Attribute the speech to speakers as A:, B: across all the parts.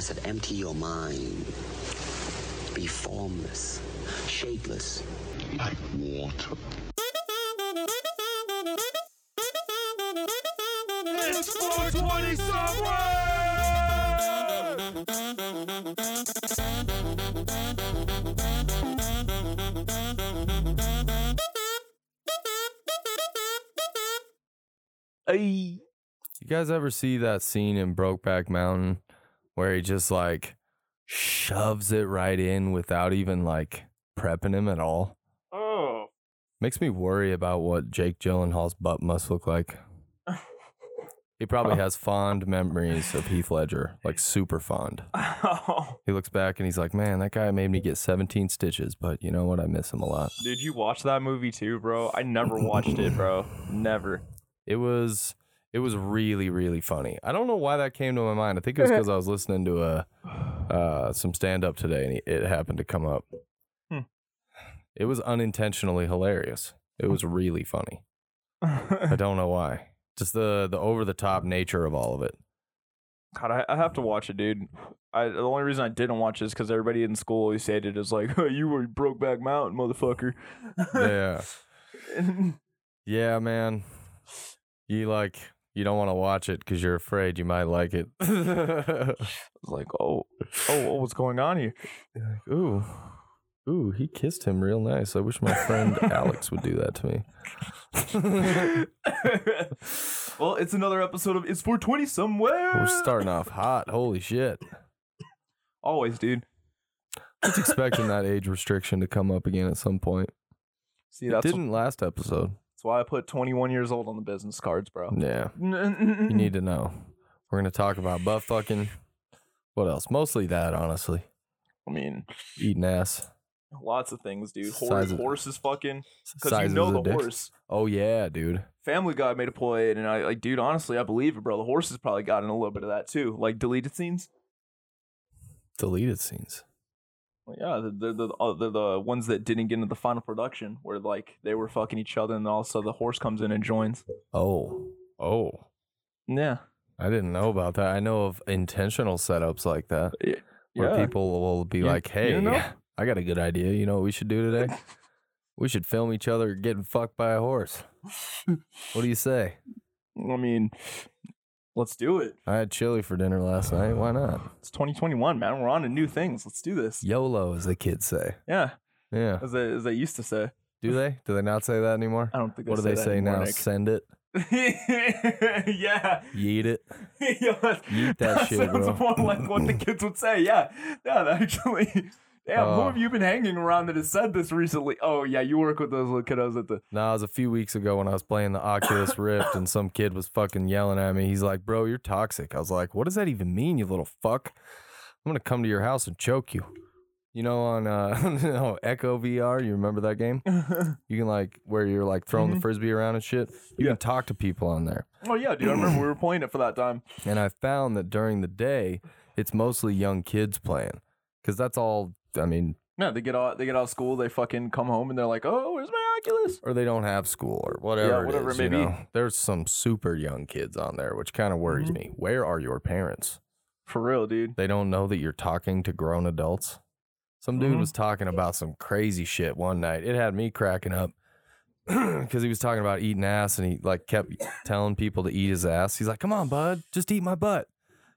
A: said, empty your mind. Be formless, shapeless,
B: like water.
C: It's 420 somewhere!
D: Hey.
E: You guys ever see that scene in Brokeback Mountain where he just like shoves it right in without even like prepping him at all?
D: Oh.
E: Makes me worry about what Jake Gyllenhaal's butt must look like. He probably has fond memories of Heath Ledger, like super fond.
D: oh.
E: He looks back and he's like, "Man, that guy made me get 17 stitches, but you know what? I miss him a lot."
D: Did you watch that movie too, bro? I never watched it, bro. Never.
E: It was it was really really funny. I don't know why that came to my mind. I think it was because I was listening to a uh, some stand up today and it happened to come up.
D: Hmm.
E: It was unintentionally hilarious. It was really funny. I
D: God,
E: don't know why. Just the the over the top nature of all of it.
D: I, I have to watch it, dude. I, the only reason I didn't watch it is because everybody in school always said it is like, "Oh, you were Brokeback Mountain, motherfucker.
E: Yeah, yeah, man. You like you don't want to watch it because you're afraid you might like it.
D: like, oh, oh, oh, what's going on here?
E: Ooh. Ooh, he kissed him real nice. I wish my friend Alex would do that to me.
D: well, it's another episode of It's 420 somewhere.
E: We're starting off hot. Holy shit.
D: Always, dude.
E: I was expecting that age restriction to come up again at some point.
D: See,
E: It
D: that's,
E: didn't last episode.
D: that's why I put 21 years old on the business cards, bro.
E: Yeah.
D: Hmm.
E: You need to know. We're going to talk about butt fucking. What else? Mostly that, honestly.
D: I mean,
E: Eating ass.
D: lots of things, dude. Horse,
E: Size of-
D: horse is fucking because you
E: sizes
D: know
E: of
D: the
E: dicks.
D: horse.
E: Oh, yeah, dude.
D: Family Guy made a play, and I like, dude. Honestly, I believe it, bro. The horse has probably gotten a little bit of that too, like deleted scenes.
E: Deleted scenes.
D: Well, yeah, the the the, uh, the the ones that didn't get into the final production, where like they were fucking each other, and all of a sudden the horse comes in and joins.
E: Oh. Oh.
D: Yeah,
E: I didn't know about that. I know of intentional setups like that
D: Yeah.
E: where
D: Yeah.
E: people will be
D: You-
E: like,
D: you
E: "Hey,
D: know?
E: I got a good idea. You know what we should do today? we should film each other getting fucked by a horse. what do you say?
D: I mean, let's do it.
E: I had chili for dinner last night. Why not?
D: It's 2021, man. We're on to new things. Let's do this.
E: YOLO, as the kids say.
D: Yeah,
E: Yeah.
D: as they as they used to say.
E: Do they? Do they not say that anymore?
D: I don't think.
E: What do they
D: that
E: say
D: anymore,
E: now?
D: Nick.
E: Send it.
D: yeah.
E: Yeet it.
D: Yo, that,
E: Yeet that shit,
D: sounds
E: bro.
D: more like what the kids would say. Yeah, yeah, that actually. Damn, who
E: Oh.
D: have you been hanging around that has said this recently? Oh yeah, you work with those little kiddos at the.
E: No, it was a few weeks ago when I was playing the Oculus Rift and some kid was fucking yelling at me. He's like, Bro, you're toxic. I was like, What does that even mean, you little fuck? I'm going to come to your house and choke you. You know, on uh, no, Echo VR, you remember that game? You can like, where you're like throwing the frisbee around and shit. You
D: Mm-hmm. Yeah.
E: can talk to people on there.
D: Oh yeah, dude, I remember we were playing it for that time.
E: And I found that during the day, it's mostly young kids playing because that's all, I mean,
D: No, they get out, they get out of school, they fucking come home, and they're like, "Oh, where's my Oculus?"
E: or they don't have school or whatever. it
D: whatever it
E: is,
D: may
E: you
D: be.
E: know? There's some super young kids on there, which kind of worries
D: Mhm.
E: me. Where are your parents?
D: For real, dude.
E: They don't know that you're talking to grown adults. Some dude
D: Mhm.
E: was talking about some crazy shit one night. It had me cracking up because he was talking about eating ass and he like kept telling people to eat his ass. He's like, "Come on, bud, just eat my butt.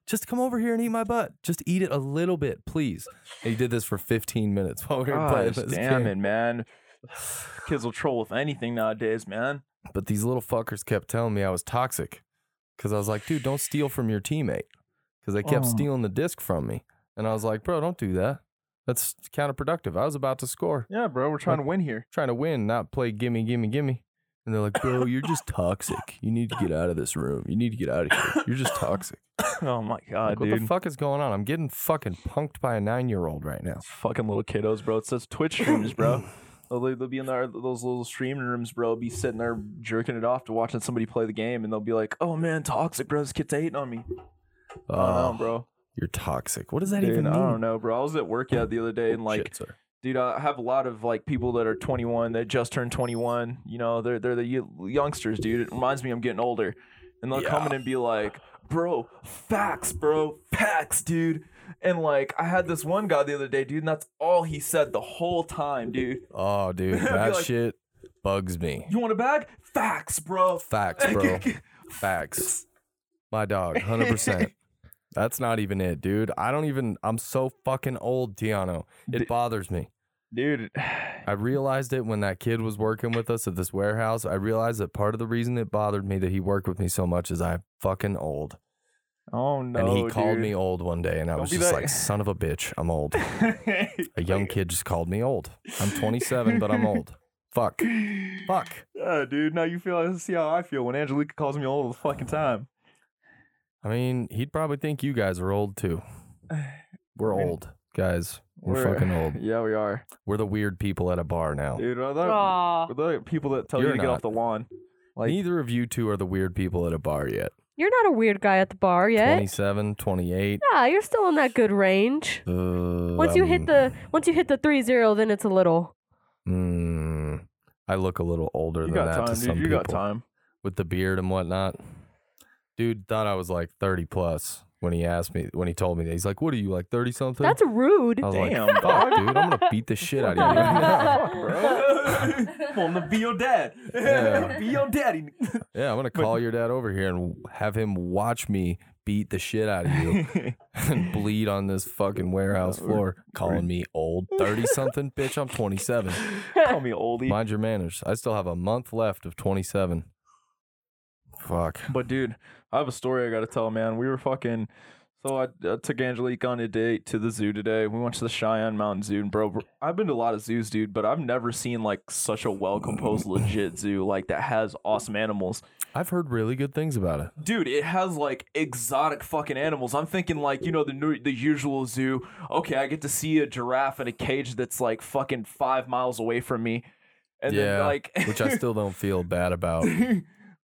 E: Just come over here and eat my butt. Just eat it a little bit, please." And he did this for 15 minutes while we were playing
D: Gosh,
E: this
D: damn
E: game.
D: it, Ah, man. Kids will troll with anything nowadays, man.
E: But these little fuckers kept telling me I was toxic because I was like, dude, don't steal from your teammate because they kept
D: Oh.
E: stealing the disc from me. And I was like, bro, don't do that. That's counterproductive. I was about to score,
D: Yeah, bro, we're trying to win here.
E: trying to win, not play gimme, gimme, gimme. And they're like, bro, you're just toxic. You need to get out of this room. You need to get out of here. You're just toxic.
D: Oh my god,
E: Like, what
D: dude.
E: the fuck is going on? I'm getting fucking punked by a nine year old right now.
D: fucking little kiddos, bro. It says Twitch streams, bro. They'll, they'll be in their those little stream rooms, bro. Be sitting there jerking it off to watching somebody play the game, and they'll be like, "Oh man, toxic, bro. This kid's hating on me." I don't know, bro.
E: You're toxic. What does that
D: Dude,
E: even mean?
D: I don't know, bro. I was at work yeah, the other day, and like,
E: Shit, sir.
D: dude, I have a lot of like people that are 21 that just turned 21. You know, they're they're the y- youngsters, dude. It reminds me I'm getting older, and they'll come in and be like, bro, facts, bro, facts, dude. And like, I had this one guy the other day, dude, and that's all he said the whole time, dude.
E: Oh, dude,
D: I'd be
E: that
D: like-
E: shit bugs me.
D: You want a bag? Facts, bro.
E: Facts, bro. Facts. My dog, 100%. That's not even it, dude. I don't even, I'm so fucking old, Tiano.
D: D-
E: It bothers me.
D: dude.
E: I realized it when that kid was working with us at this warehouse. I realized that part of the reason it bothered me that he worked with me so much is I'm fucking old.
D: Oh no.
E: and he called
D: dude.
E: me old one day, and I
D: Don't
E: was
D: be
E: just
D: that-
E: like, son of a bitch, I'm old. A young kid just called me old. I'm 27, but I'm old. Fuck. Fuck.
D: Yeah, dude. Now you feel. See how I feel when Angelica calls me all the fucking time.
E: I mean, he'd probably think you guys are old too. We're
D: I mean,
E: old, guys. We're, fucking old. Oh.
D: Yeah, we are,
E: We're the weird people at a bar now.
D: dude. Are the,
F: Aw,
D: are the people that tell you
E: You're
D: to get
E: not.
D: off the lawn? Like,
E: Neither of you two are the weird people at a bar yet.
F: you're not a weird guy at the bar yet.
E: 27, 28.
F: Yeah, you're still in that good range.
E: Uh,
F: Once you hit the once you hit the three zero, then it's a little.
E: Mm, I look a little older
D: you
E: than
D: got
E: that
D: time,
E: to
D: dude.
E: some
D: You
E: people.
D: got time.
E: With the beard and whatnot. Dude thought I was like 30 plus when he asked me, when he told me that. He's like, what are you, like 30 something?
F: That's rude.
E: I was
D: Damn,
E: like,
D: dog.
E: fuck, dude, I'm going to beat the shit out of you right now.
D: Fuck, bro. Want to be your dad?
E: Yeah.
D: be your daddy.
E: Yeah, I'm gonna
D: But-
E: call your dad over here and w- have him watch me beat the shit out of you and bleed on this fucking warehouse floor. Calling me old, thirty something, bitch. I'm 27.
D: Call me oldie.
E: Mind your manners. I still have a month left of 27. Fuck.
D: But dude, I have a story I gotta tell, man. We were fucking. So I, I took Angelique on a date to the zoo today. We went to the Cheyenne Mountain Zoo, and bro, bro, I've been to a lot of zoos, dude, but I've never seen like such a well composed, legit zoo like that has awesome animals.
E: I've heard really good things about it.
D: Dude, it has like exotic fucking animals. I'm thinking like you know the new, the usual zoo. Okay, I get to see a giraffe in a cage that's like fucking five miles away from me, and
E: yeah,
D: then like
E: which I still don't feel bad about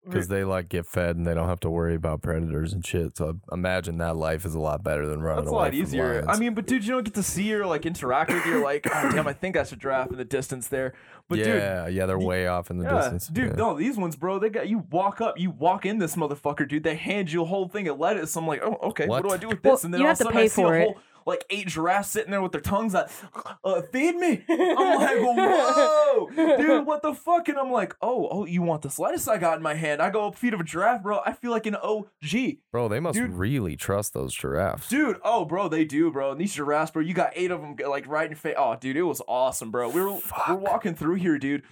E: because they like get fed and they don't have to worry about predators and shit. So I imagine that life is a lot better than running
D: That's a
E: away
D: lot
E: from
D: easier. I
E: lions.
D: mean, but dude, you don't get to see or like interact with. You're like, oh, damn, I think that's a giraffe in the distance there. But dude,
E: yeah, yeah, they're way off in the
D: yeah,
E: distance.
D: dude,
E: yeah.
D: no, these ones, bro, they got you walk up, you walk in this motherfucker, dude. They hand you a whole thing of lettuce. I'm like, oh, okay, what,
E: What?
D: do I do with
F: Well,
D: this? and then
F: you
D: all
F: have
D: of a
F: to
D: sudden, I
F: pay
D: see
F: for
D: a
F: it.
D: whole like eight giraffes sitting there with their tongues out. Uh, feed me. I'm like, whoa, dude, what the fuck? And I'm like, oh, oh, you want this lettuce I got in my hand? I go up feet of a giraffe, bro. I feel like an OG.
E: Bro, they must
D: Dude-
E: really trust those giraffes.
D: Dude, oh, bro, they do, bro. And these giraffes, bro, you got eight of them, like right in face. Oh, dude, it was awesome, bro. We were we're walking through here, dude.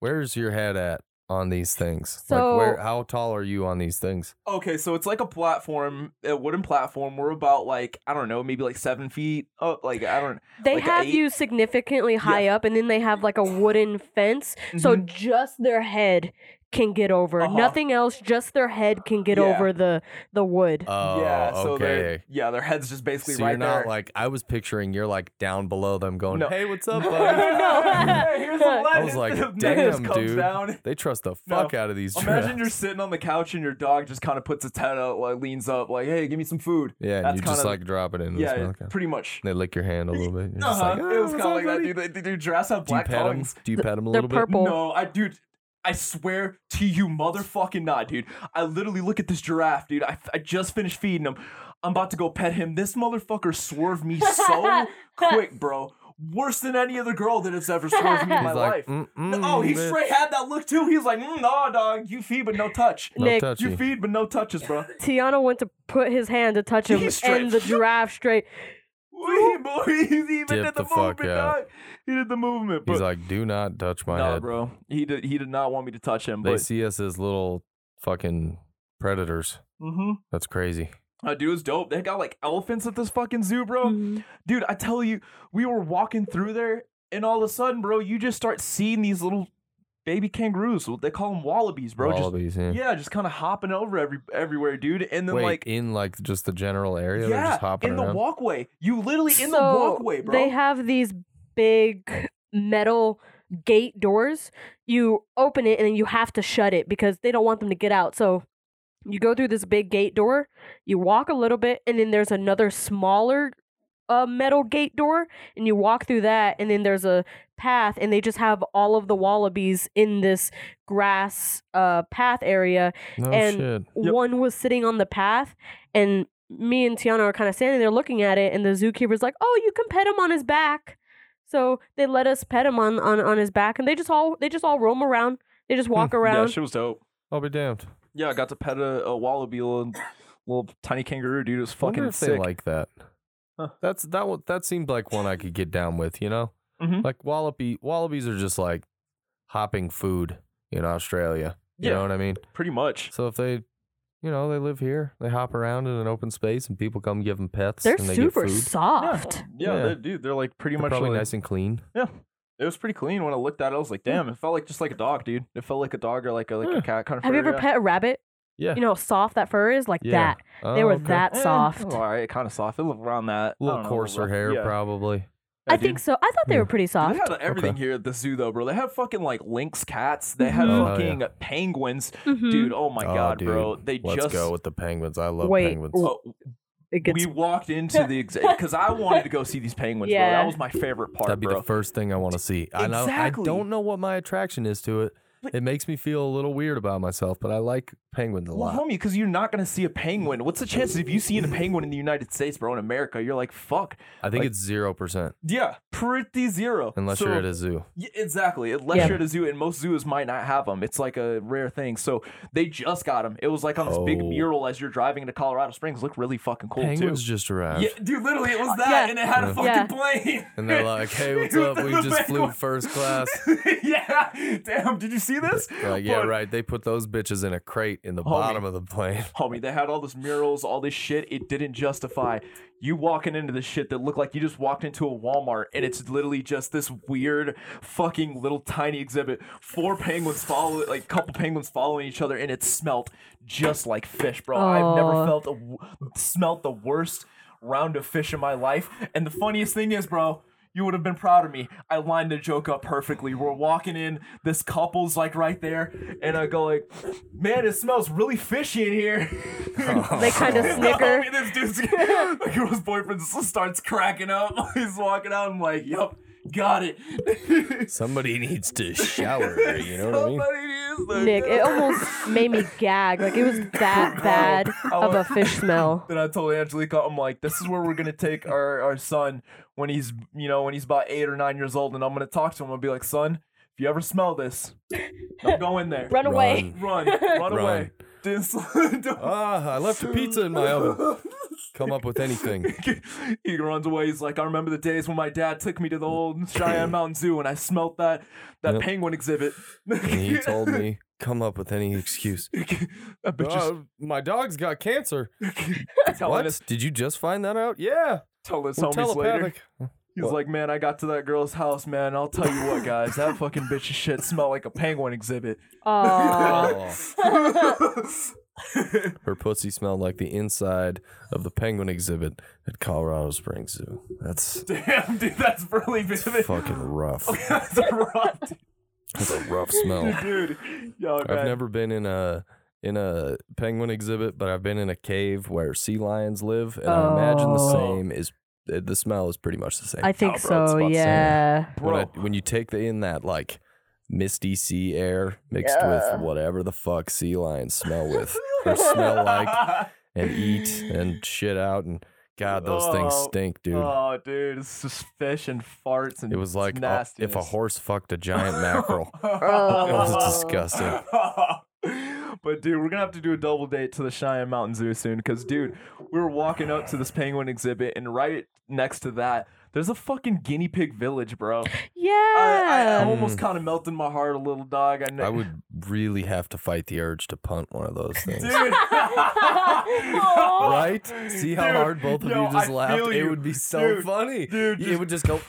E: Where's your head at on these things?
F: So-
E: like where how tall are you on these things?
D: Okay, so it's like a platform, a wooden platform. We're about like I don't know, maybe like seven feet up. Like I don't.
F: They
D: like a
F: have
D: eight-
F: you significantly high up, and then they have like a wooden fence, so
D: Mhm.
F: just their head can get over.
D: Uh-huh.
F: Nothing else, just their head can get
D: Yeah. Uh.
F: over the the wood.
E: Oh,
D: yeah. So their
E: okay.
D: yeah, their head's just basically
E: so
D: right
E: you're not
D: there.
E: like I was picturing you're like down below them going,
D: No.
E: "Hey, what's up, buddy?"
F: No.
D: Hey, here's a lettuce.
E: I was like,
D: and then it just
E: "Damn,
D: comes
E: dude.
D: down.
E: They trust the
D: No.
E: fuck out of these
D: Imagine you're
E: giraffes.
D: sitting on the couch and your dog just kind of puts its head out, like leans up, like, "Hey, give me some food."
E: Yeah,
D: That's
E: and you just
D: kinda-
E: like drop it in and
D: Yeah,
E: smell it.
D: pretty much.
E: They lick your hand a little bit. You're just
D: Uh-huh.
E: like,
D: it was kind
E: "Ah, what's
D: of
E: up,
D: like that,
E: buddy?"
D: dude. They, they do dress have
E: Do you
D: black
E: pet them?
D: tongues.
E: Do you pet them a
F: They're
E: little bit?
F: purple.
D: No, I dude, I swear to you, motherfucking not, dude. I literally look at this giraffe, dude. I, I just finished feeding him. I'm about to go pet him. This motherfucker swerved me so quick, bro. Worse than any other girl that has ever swerved me in my
E: He's like,
D: life.
E: "Mm-mm,
D: oh, he
E: bitch."
D: straight had that look too. He's like, mm, nah, dog, you feed but no touch.
E: No
F: Nick,
E: touchy.
D: You feed but no touches, bro.
F: Tiana went to put his hand to touch him,
D: He's straight-
F: and the giraffe straight.
D: Wee, boy, he's even
E: Dip
D: did the,
E: the fuck
D: movement,
E: out.
D: dog. He did the movement, but
E: He's like, "Do not touch my
D: nah,
E: head."
D: bro. He did. He did not want me to touch him,
E: They
D: but
E: see us as little fucking predators.
D: Mhm.
E: That's crazy.
D: Uh, dude, it was dope. They got like elephants at this fucking zoo, bro.
E: Mm.
D: Dude, I tell you, we were walking through there, and all of a sudden, bro, you just start seeing these little baby kangaroos. Well, They call them wallabies, bro.
E: Wallabies, yeah.
D: Just, yeah, just kind of hopping over every everywhere, dude. And then
E: Wait,
D: like,
E: in like just the general area, they're
D: yeah,
E: just hopping
D: in the
E: around.
D: walkway. You literally in the
F: So,
D: walkway, bro.
F: They have these big metal gate doors. You open it and then you have to shut it because they don't want them to get out. So you go through this big gate door, you walk a little bit, and then there's another smaller a metal gate door and you walk through that and then there's a path and they just have all of the wallabies in this grass uh path area
E: No
F: And-
E: shit.
D: Yep.
F: one was sitting on the path and me and Tiana are kind of standing there looking at it and the zookeeper's like, "Oh, you can pet him on his back." So they let us pet him on on, on his back and they just all they just all roam around. They
E: Hmm.
F: just walk
D: Yeah,
F: around.
D: shit was dope.
E: I'll be damned.
D: Yeah, I got to pet a, a wallaby, little, little tiny kangaroo dude. It was fucking
E: Wonder if
D: sick.
E: they like that.
D: Huh.
E: That's that. one- That seemed like one I could get down with. You know,
D: Mhm.
E: like wallaby. Wallabies are just like hopping food in Australia. You
D: Yeah.
E: know what I mean?
D: Pretty much.
E: So if they, you know, they live here, they hop around in an open space, and people come give them pets.
F: They're
E: and they
F: super
E: get food.
F: soft.
D: Yeah,
E: Yeah.
D: They're, dude, they're like pretty
E: They're
D: much
E: probably
D: like,
E: nice and clean.
D: Yeah. It was pretty clean when I looked at it. I was like, damn, it felt like just like a dog, dude. It felt like a dog or like a like
E: Yeah.
D: a cat kind of
F: Have you ever
D: yeah.
F: pet a rabbit?
E: Yeah.
F: You know, how soft that fur is like
E: Yeah.
F: that. They were
E: Oh, okay.
F: that
D: Eh,
F: soft.
D: All right, kind of soft. It looked around that. I
E: A little
D: don't know,
E: coarser
D: rough-
E: hair,
D: yeah. Oh
E: probably.
D: Yeah,
F: I
D: dude.
F: think so. I thought they
E: Yeah.
F: were pretty
D: Dude,
F: soft.
D: They had everything here at the zoo, though, bro. They had fucking like lynx cats. They had
E: Mhm. Oh,
D: fucking
E: yeah.
D: penguins,
F: Mhm.
D: dude. Oh my
E: Oh,
D: god,
E: dude.
D: bro. They
E: Let's
D: just
E: go with the penguins. I love
F: Wait,
E: penguins.
F: w-
D: Oh,
F: It gets
D: we walked into the exact because I wanted to go see these penguins, bro.
F: Yeah.
D: That was my favorite part,
E: That'd be
D: bro.
E: the first thing I want to see. I know I
D: Exactly.
E: don't know what my attraction is to it. It makes me feel a little weird about myself, but I like penguins a
D: well,
E: lot.
D: homie, because you're not gonna see a penguin. What's the chances of you seeing a penguin in the United States, bro? In America, you're like, fuck,
E: I think
D: like-
E: it's zero percent
D: yeah, pretty zero.
E: unless you're
D: So-
E: at a zoo.
D: Yeah, exactly. Unless
F: Yeah.
D: you're at a zoo, and most zoos might not have them. It's like a rare thing. So they just got them. It was like on this big
E: Oh.
D: mural as you're driving into Colorado Springs. Looked really fucking cool
E: Penguins
D: too.
E: just arrived,
D: Yeah, dude, literally, it was that,
F: Uh, Yeah.
D: and it had a fucking
F: Yeah.
D: plane.
E: and they're like, "Hey, what's
D: It
E: up?
D: was
E: We
D: the
E: just flew
D: penguin.
E: first class."
D: yeah, damn, did you see this?
E: They're like, yeah,
D: But- Oh,
E: right. They put those bitches in a crate in the
D: Homie.
E: bottom of the plane.
D: Homie, they had all this murals, all this shit. It didn't justify you walking into this shit that looked like you just walked into a Walmart, and it's literally just this weird, fucking little tiny exhibit. Four penguins follow, like couple penguins following each other, and it smelt just like fish, bro. I've never
F: Aw.
D: felt a w- smelt the worst round of fish in my life. And the funniest thing is, bro. You would have been proud of me. I lined the joke up perfectly. We're walking in, this couple's like right there, and I go like, "Man, it smells really fishy in here."
F: they kind of snicker.
D: Homie, this dude's the girl's boyfriend s- starts cracking up. He's walking out. I'm like, "Yup, got it."
E: Somebody needs to shower. You know what I mean?
D: Somebody needs to-
F: Nick, it almost made me gag. Like it was that bad of a fish smell.
D: Then I told Angelica, I'm like, "This is where we're gonna take our our son when he's you know when he's about eight or nine years old, and I'm gonna talk to him and be like, son, if you ever smell this, don't go in there.
F: Run away.
E: Run.
D: run, run away."
E: Run.
D: This-
E: Ah, I left a pizza in my oven. Come up with anything.
D: he runs away. He's like, I remember the days when my dad took me to the old Cheyenne Mountain Zoo and I smelt that that
E: Yep.
D: penguin exhibit.
E: And he told me, come up with any excuse.
D: that bitch is
E: "Uh, my dog's got cancer.
D: telling
E: Ah, What?
D: us,
E: Did you just find that out? Yeah.
D: telling us
E: we're
D: homies later.
E: telepathic.
D: He's
E: What?
D: like, man, I got to that girl's house, man. I'll tell you what, guys, that fucking bitch of shit smelled like a penguin exhibit.
F: Aw.
E: Her pussy smelled like the inside of the penguin exhibit at Colorado Springs Zoo. That's
D: Damn, dude, that's really vivid.
E: fucking rough.
D: that's a rough,
E: That's a rough smell.
D: dude. Yo,
E: I've
D: man.
E: never been in a in a penguin exhibit, but I've been in a cave where sea lions live, and I imagine the
F: Oh.
E: same is uh, the smell is pretty much the same.
F: I think
E: Oh, bro, it's
F: so.
E: about the same.
F: Yeah.
E: When, I-
D: Bro.
E: when you take the, in that like misty sea air mixed with whatever the fuck sea lions smell with or smell like and eat and shit out and God, those things
D: Oh,
E: stink, dude.
D: Oh, dude, it's just fish and farts and
E: it was like a-
D: nasty.
E: if a horse fucked a giant mackerel. It was disgusting.
D: but dude, we're gonna have to do a double date to the Cheyenne Mountain Zoo soon, because dude, we were walking up to this penguin exhibit, and right next to that, there's a fucking guinea pig village, bro.
F: Yeah.
D: I, I almost kind of melted my heart a little, dog. I, kn-
E: Hmm. I would really have to fight the urge to punt one of those things.
D: dude. oh,
E: Right? See how
D: Dude,
E: hard both of
D: yo,
E: you just
D: I
E: laughed?
D: feel
E: It
D: you.
E: would be so
D: Dude,
E: funny.
D: dude,
E: it
D: just-
E: would just go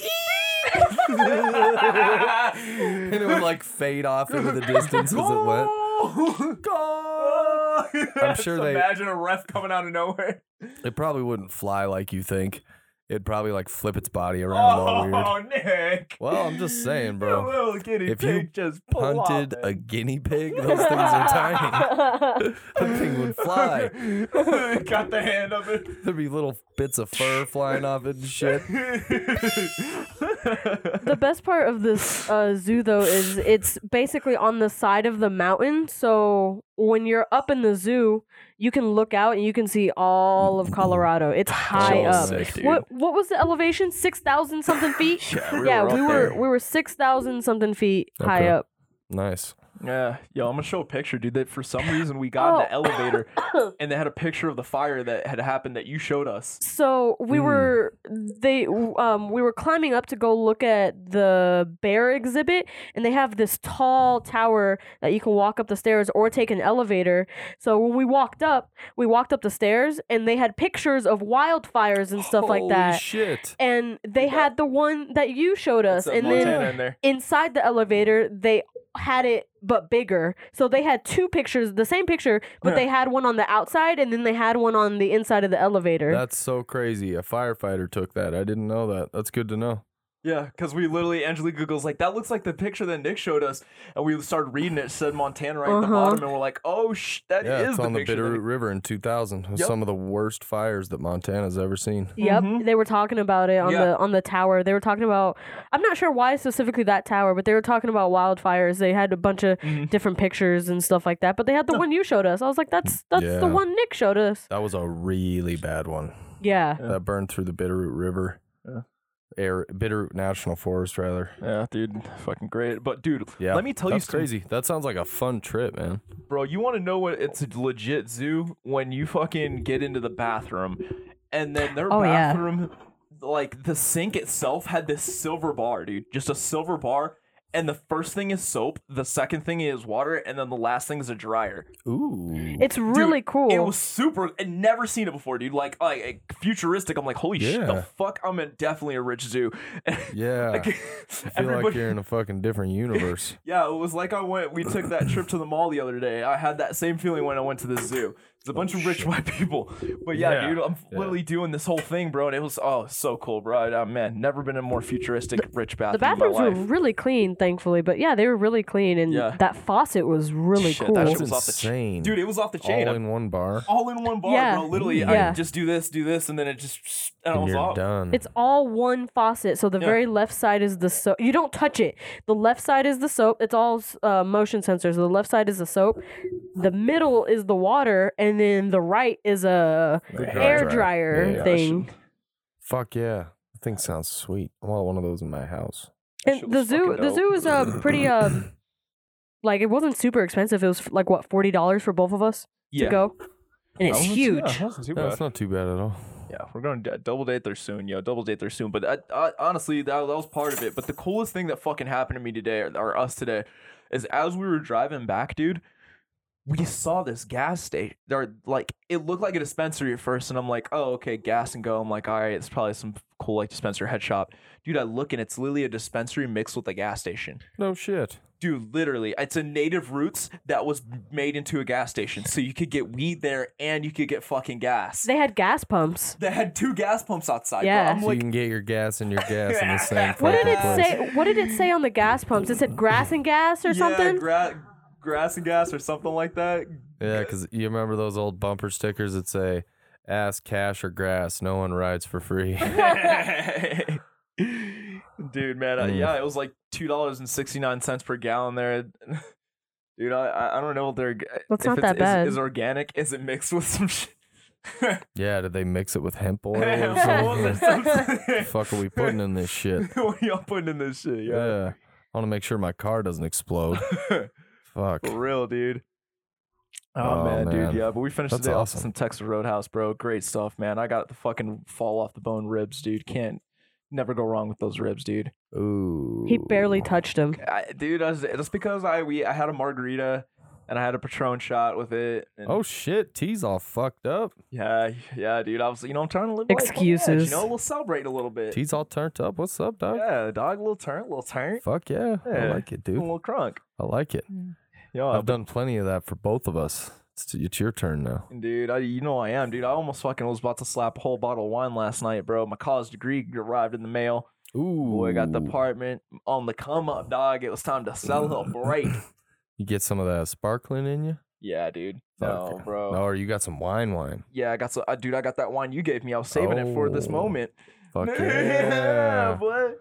E: and it would like fade off into the distance as it went.
D: Goal!
E: I'm sure they-
D: imagine a ref coming out of nowhere.
E: It probably wouldn't fly like you think. it'd probably like flip its body around all weird.
D: Oh, Nick.
E: Well, I'm just saying, bro.
D: Your little guinea
E: If you
D: pig just
E: Hunted a
D: plopping.
E: guinea pig? Those things are tiny. That thing would fly.
D: Got the hand of it.
E: There'd be little bits of fur flying off it and shit.
F: the best part of this uh, zoo though is it's basically on the side of the mountain so when you're up in the zoo you can look out and you can see all of colorado it's high
E: That's
F: up
E: sick, dude.
F: what what was the elevation 6000 something feet
D: yeah,
F: yeah
D: up
F: we were
D: there.
F: we were 6000 something feet high
E: Okay.
F: up
E: Nice.
D: Yeah, yo, I'm gonna show a picture, dude. That for some reason we got in the
F: Oh.
D: elevator, and they had a picture of the fire that had happened that you showed us.
F: so we
D: Hmm.
F: were they um we were climbing up to go look at the bear exhibit and they have this tall tower that you can walk up the stairs or take an elevator so when we walked up we walked up the stairs and they had pictures of wildfires and stuff like
E: Holy
F: that
E: Shit.
F: and they had the one that you showed us
D: It's a
F: and
D: Montana
F: then
D: in there.
F: inside the elevator they had it but bigger so they had two pictures the same picture but
D: Yeah.
F: they had one on the outside and then they had one on the inside of the elevator
E: That's so crazy. A firefighter took that. I didn't know that. That's good to know.
D: Yeah, because we literally Angelique Google's like that looks like the picture that Nick showed us, and we started reading it. it Said Montana right at the
F: Uh-huh.
D: bottom, and we're like, oh sh, that is
E: yeah, it's
D: the
E: on the
D: picture. that-
E: Bitterroot River in 2000. It was
D: Yep.
E: Some of the worst fires that Montana's ever seen.
F: Yep, they were talking about it on
D: Mm-hmm. Yeah.
F: the on the tower. They were talking about I'm not sure why specifically that tower, but they were talking about wildfires. They had a bunch of
D: Mm-hmm.
F: different pictures and stuff like that. But they had the one you showed us. I was like, that's that's
E: Yeah.
F: the one Nick showed us.
E: That was a really bad one.
F: Yeah.
E: That burned through the Bitterroot River. Air, Bitterroot National Forest, rather.
D: Yeah, dude, fucking great. But dude,
E: Yeah.
D: let me tell
E: that's
D: you, some-
E: crazy. That sounds like a fun trip, man.
D: bro. You want to know what? It's a legit zoo when you fucking get into the bathroom, and then their
F: Oh, yeah.
D: bathroom, like the sink itself had this silver bar, dude, just a silver bar. And the first thing is soap, the second thing is water, and then the last thing is a dryer.
E: Ooh.
F: It's
D: Dude,
F: really cool.
D: It was super. I'd never seen it before, dude. Like, like, like, futuristic. I'm like, holy shit,
E: Yeah.
D: the fuck. I'm in definitely a rich zoo.
E: Yeah.
D: Like,
E: I feel like
D: everybody.
E: you're in a fucking different universe.
D: yeah, it was like I went. We took that trip to the mall the other day. I had that same feeling when I went to the zoo. It's a bunch of rich white people. But yeah,
E: Oh, Yeah,
D: dude, I'm
E: yeah.
D: literally doing this whole thing, bro. And it was oh so cool, bro. I, uh, man, never been in a more futuristic rich bathroom.
F: the
D: in
F: bathrooms
D: my
F: were
D: life.
F: really clean, thankfully. But yeah, they were really clean, and
D: Yeah.
F: that faucet was really
D: Shit,
F: cool.
D: that shit was
E: That's
D: off the
E: insane.
D: chain, dude. It was off the chain.
E: All
D: I'm-
E: in one bar.
D: All in one bar,
F: Yeah.
D: bro. Literally,
F: Yeah.
D: I just do this, do this, and then it just and I
E: And
D: was
E: you're
D: off.
E: done.
F: It's all one faucet. So the
D: Mm. Yeah.
F: very left side is the soap. You don't touch it. The left side is the soap. It's all s- uh, motion sensors. The left side is the soap. The middle is the water, and then the right is a
E: dryer.
F: air
E: Dryer.
F: dryer
E: Yeah, yeah.
F: thing.
E: Fuck yeah. That thing sounds sweet. I want one of those in my house.
D: shit
F: And the
D: was
F: zoo,
D: fucking
F: the
D: dope.
F: zoo is uh, pretty um, like it wasn't super expensive. It was f- like what forty dollars for both of us to go, and it's huge.
E: Yeah, it's not too bad at all.
D: Yeah, we're going to double date there soon, yo. Double date there soon. But I, I, honestly, that, that was part of it. But the coolest thing that fucking happened to me today, or, or us today, is as we were driving back, dude, we saw this gas station. There, like it looked like a dispensary at first, and I'm like, oh, okay, gas and go. I'm like, all right, it's probably some cool like dispenser head shop, dude. I look and it's literally a dispensary mixed with a gas station.
E: No shit.
D: Dude, literally, it's a native roots that was made into a gas station, so you could get weed there and you could get fucking gas
F: They had gas pumps.
D: that had two gas pumps outside.
F: Yeah.
D: Yeah. I'm
E: So you
D: like,
E: can get your gas and your gas in the same
F: What did
E: fucking
F: it
E: place.
F: say? What did it say on the gas pumps? It said grass and gas
D: yeah,
F: or something.
D: gra- grass and gas or something like that.
E: Yeah, because you remember those old bumper stickers that say, ass, cash, or grass. No one rides for free.
D: Dude, man, uh,
E: Mm.
D: yeah, it was like two dollars and sixty nine cents per gallon there. Dude, I- I I don't know what they're.
F: That's
D: if
F: not
D: it's-
F: that bad.
D: Is, is organic? Is it mixed with some shit?
E: yeah, did they mix it with hemp oil or
D: Or
E: something?
D: something?
E: fuck are we putting in this shit?
D: what y'all putting in this shit?
E: Yeah.
D: Yeah,
E: I want to make sure my car doesn't explode. Fuck.
D: for real, dude. Oh,
E: Oh,
D: man,
E: man.
D: dude, yeah, but we finished
E: That's
D: today off
E: awesome.
D: with some Texas Roadhouse, bro. Great stuff, man. I got the fucking fall off the bone ribs, dude. Can't never go wrong with those ribs, dude.
E: Ooh.
F: He barely touched him.
D: I, dude, I was, that's because I we I had a margarita and I had a Patron shot with it. And
E: Oh shit, T's all fucked up.
D: yeah, yeah, dude. I was, you know, I'm trying to live life on the edge,
F: Excuses.
D: you know, we'll celebrate a little bit.
E: T's all turned up. What's up, dog?
D: yeah, dog, little turn, little turn,
E: Fuck yeah. I
D: Yeah. Oh,
E: like it,
D: a
E: dude.
D: little crunk.
E: I like it.
D: Yeah,
E: I've done plenty of that for both of us. It's, it's your turn now.
D: Dude, I, you know I am, dude. I almost fucking was about to slap a whole bottle of wine last night, bro. My college degree arrived in the mail.
E: Ooh,
D: Boy, I got the apartment on the come up, dog. It was time to celebrate.
E: You get some of that sparkling in you.
D: yeah, dude.
E: Fuck.
D: No, bro.
E: Oh, you got some wine, wine.
D: Yeah, I got so, uh, dude. I got that wine you gave me. I was saving it for this
E: Oh.
D: moment.
E: Fuck
D: yeah,
E: yeah,
D: boy.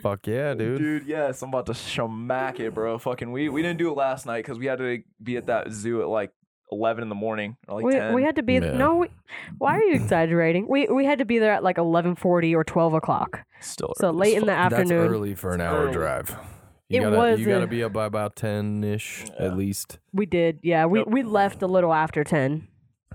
E: fuck yeah, dude.
D: yes, I'm about to shmack it, bro. Fucking, we we didn't do it last night because we had to be at that zoo at like 11 in the morning or like
F: we,
D: 10.
F: we had to be
E: Yeah.
F: no. We, why are you exaggerating? We we had to be there at like eleven forty or twelve o'clock.
D: still
F: So
D: early as
F: late in the
D: fuck.
E: That's
F: afternoon.
E: early for an
D: It's
E: hour
D: early.
E: drive. You
F: It
E: gotta,
F: was
E: you gotta
F: a-
E: be up by about ten ish
D: Yeah.
E: at least.
F: We did. Yeah, we
D: Yep.
F: we left a little after ten.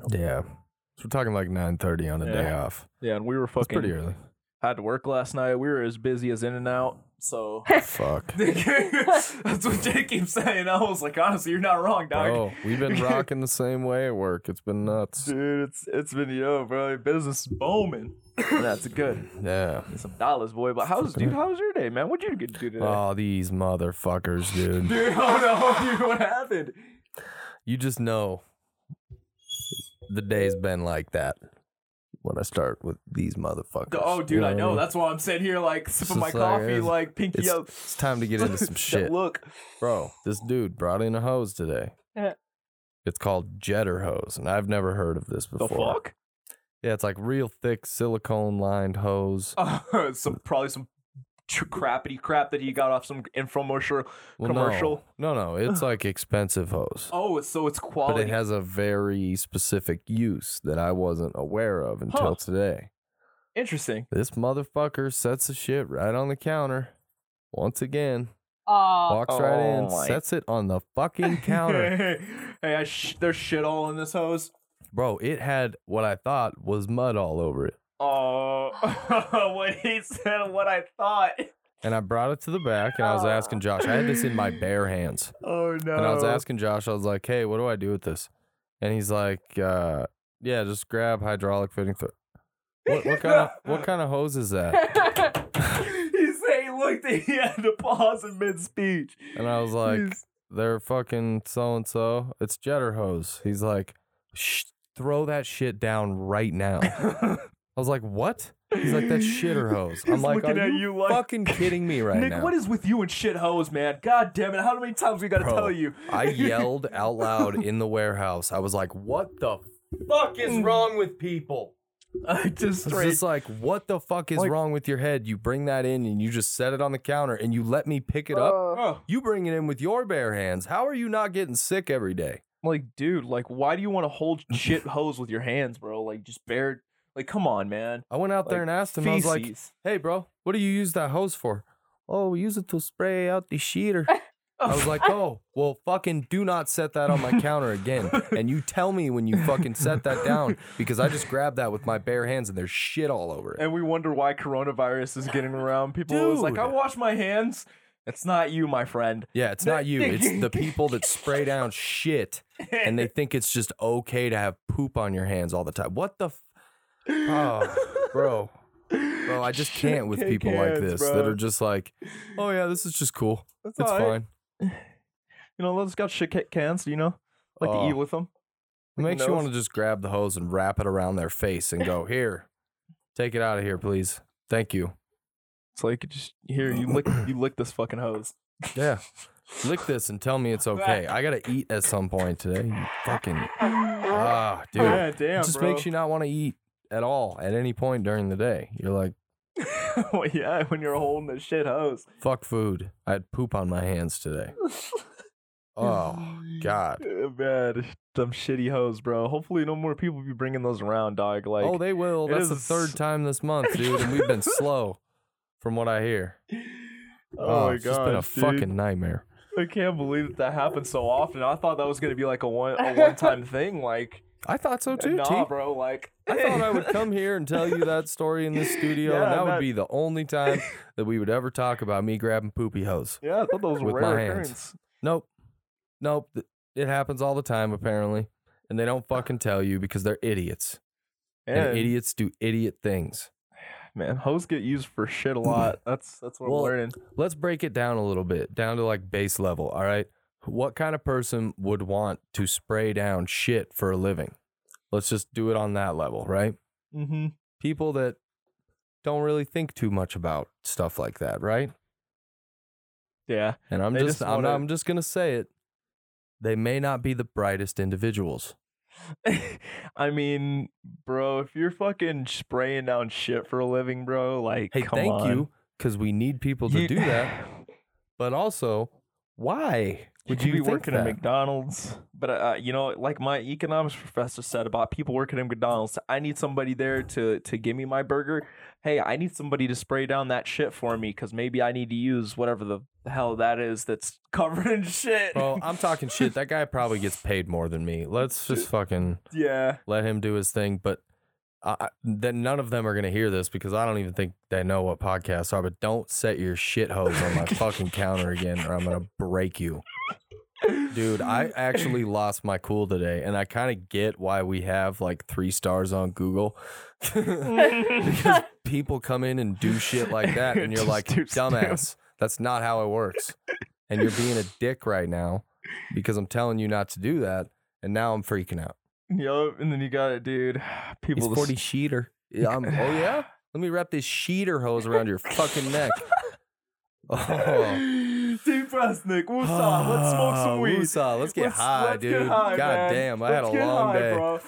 E: Yeah, so we're talking like nine thirty on a day
D: Yeah.
E: off.
D: Yeah, and we were
E: That's
D: fucking
E: pretty early.
D: Had to work last night. We were as busy as In and Out. So
E: Fuck.
D: that's what Jake keeps saying. I was like, honestly, you're not wrong, dog.
E: Oh, we've been rocking the same way at work. It's been nuts.
D: Dude, it's it's been yo, bro. Your business is booming. That's good.
E: Yeah.
D: Some dollars, boy. But how's dude? How was your day, man? What'd you get to do today?
E: Oh, these motherfuckers, dude.
D: dude, oh no, dude, what happened?
E: You just know the day's been like that when I start with these motherfuckers.
D: Oh,
E: You
D: dude, I
E: what
D: know.
E: mean?
D: That's why I'm sitting here like sipping my
E: just like,
D: coffee,
E: it's-
D: like pinky
E: it's,
D: up.
E: it's time to get into some
D: That
E: shit.
D: Look,
E: Bro, this dude brought in a hose today.
F: Uh.
E: It's called jetter hose, and I've never heard of this
D: the
E: before.
D: fuck?
E: Yeah, it's like real thick silicone lined hose.
D: Uh, some probably some tr- crappity crap that he got off some infomercial.
E: Well, no.
D: commercial?
E: No, no, it's like expensive hose.
D: Oh, it's- so it's
E: but
D: quality.
E: it has a very specific use that I wasn't aware of until
D: Huh.
E: today.
D: Interesting.
E: This motherfucker sets the shit right on the counter. Once again,
F: Oh,
E: walks right in,
D: oh my-
E: sets it on the fucking counter.
D: hey, I sh- there's shit all in this hose.
E: Bro, it had what I thought was mud all over it.
D: Oh, what he said, what I thought.
E: And I brought it to the back and I was asking Josh, I had this in my bare hands.
D: Oh no.
E: And I was asking Josh, I was like, hey, what do I do with this? And he's like, uh, yeah, just grab hydraulic fitting through. What, what kind of what kind of hose is that?
D: he said he looked at he had to pause in mid speech.
E: And I was like, they're fucking so and so. It's jetter hose. He's like, Shh, throw that shit down right now. I was like, what? He's like, that shitter hose. I'm
D: He's
E: like,
D: looking
E: are
D: at
E: you,
D: you like-
E: fucking kidding me right
D: Nick,
E: now?
D: what is with you and shit hoes, man? God damn it! How many times we gotta
E: Bro,
D: tell you?
E: I yelled out loud in the warehouse. I was like, what the fuck is wrong with people?
D: I just
E: It's
D: straight.
E: just like, what the fuck is
D: Like-
E: wrong with your head? You bring that in and you just set it on the counter and you let me pick it up.
D: Oh,
E: You bring it in with your bare hands. How are you not getting sick every day?
D: like, dude, like, why do you want to hold shit hose with your hands, bro? Like, just bare. Like, come on, man.
E: I went out there
D: Like,
E: and asked him. I was like,
D: feces.
E: hey, bro, what do you use that hose for? Oh, we use it to spray out the sheeter. I was like, oh, well, fucking do not set that on my counter again. And you tell me when you fucking set that down because I just grabbed that with my bare hands and there's shit all over it.
D: and we wonder why coronavirus is getting around. People was like, I
E: Dude.
D: wash my hands. It's not you, my friend.
E: Yeah, it's not you. It's the people that spray down shit and they think it's just okay to have poop on your hands all the time. What the? F- oh, bro. Bro, I just can't with
D: Shit
E: people like
D: cans,
E: this
D: bro.
E: that are just like, oh, yeah, this is just cool.
D: That's
E: it's
D: all right.
E: fine.
D: You know, those got shit ca- cans. You know, like to
E: Oh.
D: eat with them.
E: It makes you
D: nose.
E: want to just grab the hose and wrap it around their face and go, here, take it out of here, please. Thank you.
D: It's like just here. You lick. You lick this fucking hose.
E: Yeah. Lick this and tell me it's okay. I got to eat at some point today. You fucking. Ah, dude.
D: Yeah, damn,
E: it just
D: bro.
E: makes you not want to eat at all at any point during the day. You're like,
D: Well, yeah, when you're holding the shit hose.
E: fuck food. I had poop on my hands today. oh, God.
D: Uh, Man, them shitty hose, bro. Hopefully, no more people be bringing those around, dog. Like,
E: oh, they will.
D: it
E: That's the
D: is-
E: third time this month, dude, and we've been slow from what I hear.
D: oh my
E: it's just been a
D: gosh, dude.
E: fucking nightmare.
D: I can't believe that that happened so often. I thought that was gonna be like a one a one time thing. Like,
E: I thought so too,
D: nah,
E: T.
D: bro. Like,
E: I thought I would come here and tell you that story in this studio,
D: Yeah,
E: and that would
D: that-
E: be the only time that we would ever talk about me grabbing poopy hose.
D: Yeah, I thought that was a
E: With
D: rare
E: my hands.
D: occurrence.
E: Nope. Nope. Th- It happens all the time, apparently. And they don't fucking tell you because they're idiots.
D: And
E: And idiots do idiot things.
D: man, hose get used for shit a lot. That's that's what
E: Well,
D: I'm learning.
E: Let's break it down a little bit, down to like base level, all right? What kind of person would want to spray down shit for a living? Let's just do it on that level, right?
D: Mm-hmm.
E: People that don't really think too much about stuff like that, right?
D: Yeah.
E: And I'm
D: They
E: just,
D: just
E: I'm,
D: wanna-
E: I'm just gonna say it. They may not be the brightest individuals.
D: I mean, bro, if you're fucking spraying down shit for a living, bro, like,
E: Hey,
D: come
E: thank
D: on.
E: you, because we need people to
D: You-
E: do that. But also, why would you,
D: be
E: think
D: working
E: that?
D: at McDonald's? But uh, you know, like my economics professor said about people working at McDonald's, I need somebody there to to give me my burger. Hey, I need somebody to spray down that shit for me because maybe I need to use whatever the hell that is that's covered in shit.
E: Bro, I'm talking shit. That guy probably gets paid more than me. Let's just fucking
D: yeah,
E: let him do his thing. But I, I- then none of them are gonna hear this because I don't even think they know what podcasts are. But don't set your shit hose on my fucking counter again, or I'm gonna break you, dude. I actually lost my cool today, and I kind of get why we have like three stars on Google. because people come in and do shit like that, and you're
D: Just
E: like,
D: do stuff.
E: dumbass, that's not how it works. And you're being a dick right now because I'm telling you not to do that. And now I'm freaking out.
D: yup. And then you got it, dude. People
E: He's
D: just-
E: 40 sheeter. Yeah, I'm, oh, yeah? Let me wrap this sheeter hose around your fucking neck. Oh.
D: Team Pressnick, woosah, let's smoke some weed.
E: Woosah, Ah, let's get
D: Let's-
E: high,
D: let's
E: dude.
D: Get high,
E: God
D: man.
E: damn, I
D: Let's
E: had a
D: get
E: long
D: high,
E: day.
D: Bro.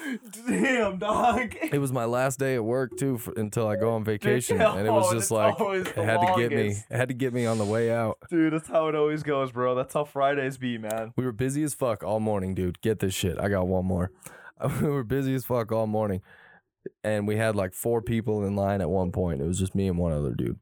D: Damn, dog.
E: It was my last day at work too, for, until I go on vacation,
D: no,
E: and it was
D: and
E: just
D: oh, it's
E: like
D: always
E: it
D: the
E: had to get me,
D: longest.
E: it had to get me on the way out.
D: Dude, that's how it always goes, bro. That's how Fridays be, man.
E: We were busy as fuck all morning, dude. Get this shit. I got one more. We were busy as fuck all morning. And we had like four people in line at one point. It was just me and one other dude.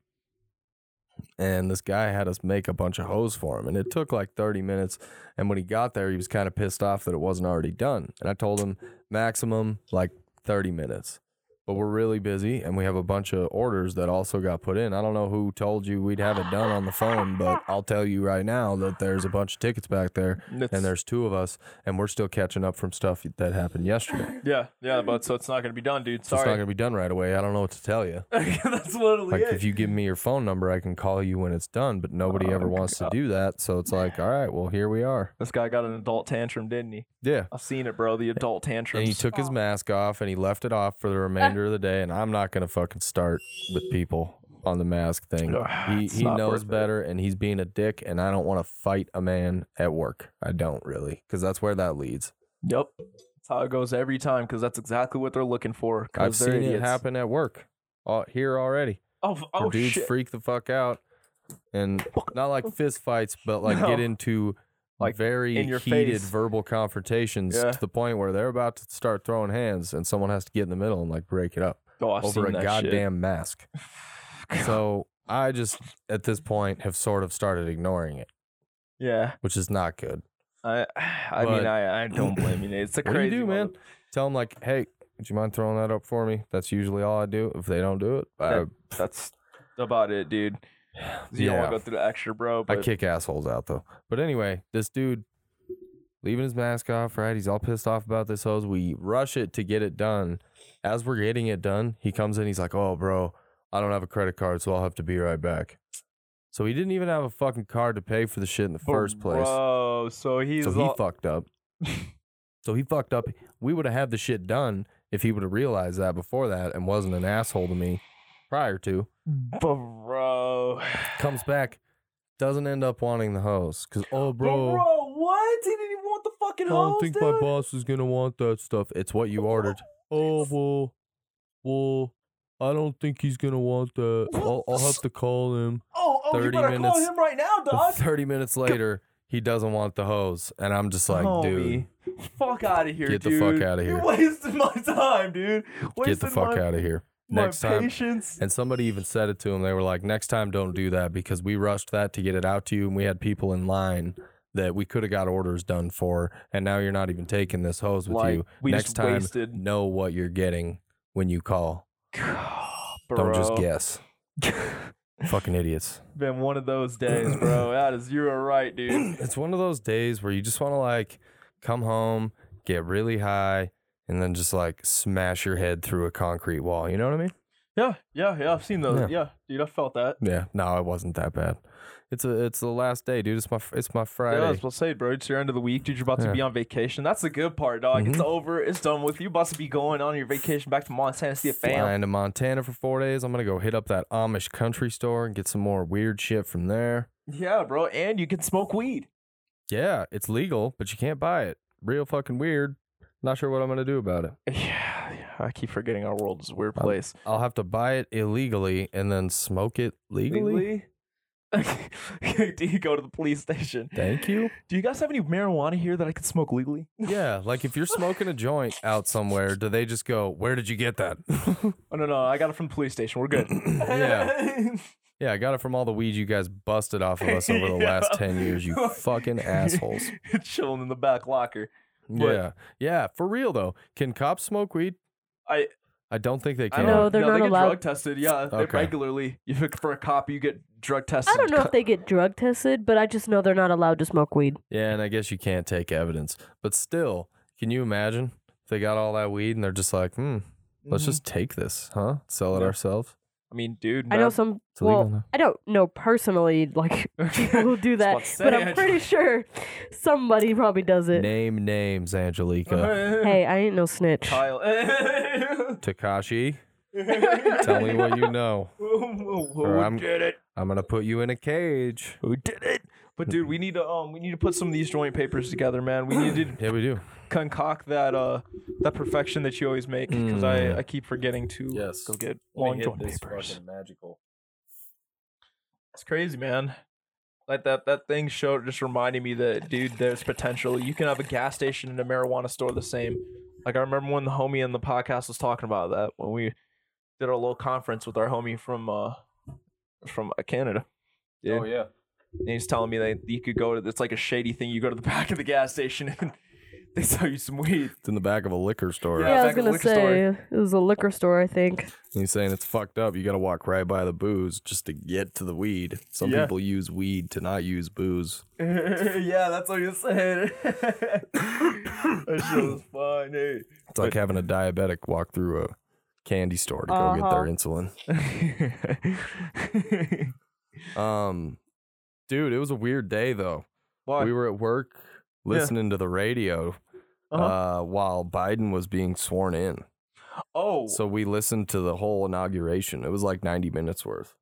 E: And this guy had us make a bunch of hoes for him. And it took like 30 minutes. And when he got there, he was kind of pissed off that it wasn't already done. And I told him maximum like 30 minutes. But we're really busy and we have a bunch of orders that also got put in. I don't know who told you we'd have it done on the phone, but I'll tell you right now that there's a bunch of tickets back there and there's two of us, and we're still catching up from stuff that happened yesterday.
D: yeah, yeah, but so it's not gonna be done, dude.
E: So it's not
D: Sorry.
E: gonna be done right away. I don't know what to tell you.
D: that's literally
E: Like
D: it.
E: if you give me your phone number, I can call you when it's done. But nobody
D: Oh,
E: ever wants to
D: God.
E: do that. So it's like, all right, well here we are.
D: this guy got an adult tantrum, didn't he?
E: Yeah.
D: I've seen it, bro. The adult tantrums.
E: And he took his mask off and he left it off for the remainder of the day. And I'm not gonna fucking start with people on the mask thing.
D: Ugh,
E: He
D: it's
E: he
D: not
E: knows
D: worth it.
E: better, and he's being a dick. And I don't want to fight a man at work. I don't really, because that's where that leads.
D: Yep. That's how it goes every time, because that's exactly what they're looking for. 'cause
E: I've
D: they're
E: seen it
D: idiots.
E: happen at work uh, here already.
D: Oh, f-
E: Where
D: oh
E: dudes
D: shit.
E: freak the fuck out and not like fist fights, but like get
D: No.
E: into like
D: Like,
E: very
D: in your
E: heated
D: face.
E: verbal confrontations
D: Yeah.
E: to the point where they're about to start throwing hands and someone has to get in the middle and like break it up
D: oh, I've
E: over
D: seen
E: a
D: that
E: goddamn mask. So I just at this point have sort of started ignoring it,
D: Shit. Yeah.
E: which is not good.
D: I I
E: But-
D: mean I, I don't blame you. It's a
E: What do
D: crazy
E: you do,
D: mother-
E: man? Tell them like, hey, would you mind throwing that up for me? That's usually all I do. If they don't do it, I,
D: That- That's about it, dude. You don't
E: Yeah.
D: want to go through the extra, bro.
E: I
D: But
E: kick assholes out though. But anyway, this dude leaving his mask off, right? He's all pissed off about this hose. We rush it to get it done. As we're getting it done, he comes in, he's like, Oh bro, I don't have a credit card, so I'll have to be right back. So he didn't even have a fucking card to pay for the shit in the first place.
D: Bro, so he's
E: so he
D: all,
E: fucked up. so he fucked up. We would have had the shit done if he would have realized that before that and wasn't an asshole to me prior to
D: bro.
E: comes back, doesn't end up wanting the hose because oh, bro,
D: Bro, what? He didn't even want the fucking
E: I don't
D: hose,
E: think
D: dude.
E: my boss is gonna want that stuff. It's what you ordered. Oh well, well, I don't think he's gonna want that. I'll, I'll have to call him.
D: oh, oh,
E: 30
D: you better call
E: minutes-
D: him right now, dog.
E: Thirty minutes later, he doesn't want the hose, and I'm just like, dude,
D: Homie, fuck out of here,
E: Get the
D: dude.
E: fuck outta here.
D: You're wasting my time, dude.
E: get the
D: Wasting
E: fuck
D: my,
E: out of here.
D: my
E: Next time,
D: patience.
E: And somebody even said it to him. They were like, next time, don't do that because we rushed that to get it out to you. And we had people in line that we could have got orders done for. And now you're not even taking this hose with
D: Like,
E: you.
D: we
E: next
D: just
E: time,
D: wasted-
E: know what you're getting when you call. Don't just guess. Fucking idiots.
D: Been one of those days, bro. That is, you were right, dude.
E: It's one of those days where you just want to like come home, get really high, and then just like smash your head through a concrete wall. You know what I mean?
D: Yeah, yeah, yeah. I've seen those.
E: Yeah.
D: Yeah, dude, I felt that.
E: Yeah, no, it wasn't that bad. It's a it's the last day, dude. It's my fr- it's my Friday.
D: Yeah, I was about to say, bro. It's your end of the week, dude. You're about
E: Yeah. Mm-hmm.
D: to be on vacation. That's the good part, dog. It's over. It's done with. You're about to be going on your vacation back to Montana to see a family.
E: Flying to Montana for four days. I'm gonna go hit up that Amish country store and get some more weird shit from there.
D: Yeah, bro. And you can smoke weed.
E: Yeah, it's legal, but you can't buy it. Real fucking weird. Not sure what I'm gonna do about it.
D: Yeah, yeah. I keep forgetting our world is a weird
E: Um,
D: place.
E: I'll have to buy it illegally and then smoke it legally.
D: Legally? Do you go to the police station?
E: Thank you.
D: Do you guys have any marijuana here that I can smoke legally?
E: Yeah, like if you're smoking a joint out somewhere, do they just go, "Where did you get that?"
D: Oh no, no, I got it from the police station. We're good.
E: Yeah. yeah, I got it from all the weed you guys busted off of us over the last
D: Yeah.
E: ten years. You fucking assholes.
D: Chilling in the back locker. But-
E: Yeah, yeah, for real though. Can cops smoke weed?
D: I-
E: I don't think they
D: I
E: can.
F: No, they're
D: no,
F: not
D: they get
F: allowed.
D: drug tested. Yeah, they
E: Okay.
D: regularly. You look for a cop, you get drug tested.
F: I don't know if they get drug tested, but I just know they're not allowed to smoke weed.
E: Yeah, and I guess you can't take evidence, but still, can you imagine if they got all that weed and they're just like, "Hmm, let's
D: Mhm.
E: just take this, huh? Sell it
D: Yeah.
E: ourselves."
D: I mean, dude.
F: I know
D: meth-
F: some.
E: It's illegal
F: Well,
E: now.
F: I don't know personally, like people who do that,
D: That's what
F: but
D: I'm saying.
F: I'm pretty sure somebody probably does it.
E: Name names, Angelica.
D: Uh-huh.
F: Hey, I ain't no snitch.
D: Kyle.
E: Takashi, tell me what you know.
D: Who
E: Or I'm-
D: did it?
E: I'm gonna put you in a cage.
D: Who did it? But dude, we need to um, we need to put some of these joint papers together, man. We need to
E: Yeah, we do.
D: concoct that uh, that perfection that you always make because
E: Mm.
D: I, I keep forgetting to
E: Yes.
D: go get long joint papers.
E: magical.
D: It's crazy, man. Like that that thing show just reminded me that dude, there's potential. You can have a gas station and a marijuana store the same. Like I remember when the homie in the podcast was talking about that when we did our little conference with our homie from uh from uh, Canada. Dude.
E: yeah.
D: And he's telling me that you could go to it's like a shady thing. You go to the back of the gas station and they sell you some weed.
E: It's in the back of a liquor store.
D: Yeah,
F: Yeah, I was
D: back at the
F: gonna
D: liquor
F: say it was a liquor store, I think.
E: He's saying it's fucked up. You got to walk right by the booze just to get to the weed. Some
D: Yeah.
E: people use weed to not use booze.
D: yeah, that's what you're saying. that shit was fun, dude.
E: It's like having a diabetic walk through a candy store to go get
D: Uh-huh.
E: their insulin. Um, dude, it was a weird day though.
D: Why?
E: We were at work listening to the radio
D: Uh-huh.
E: uh, while Biden was being sworn in.
D: oh,
E: So we listened to the whole inauguration. It was like 90 minutes worth.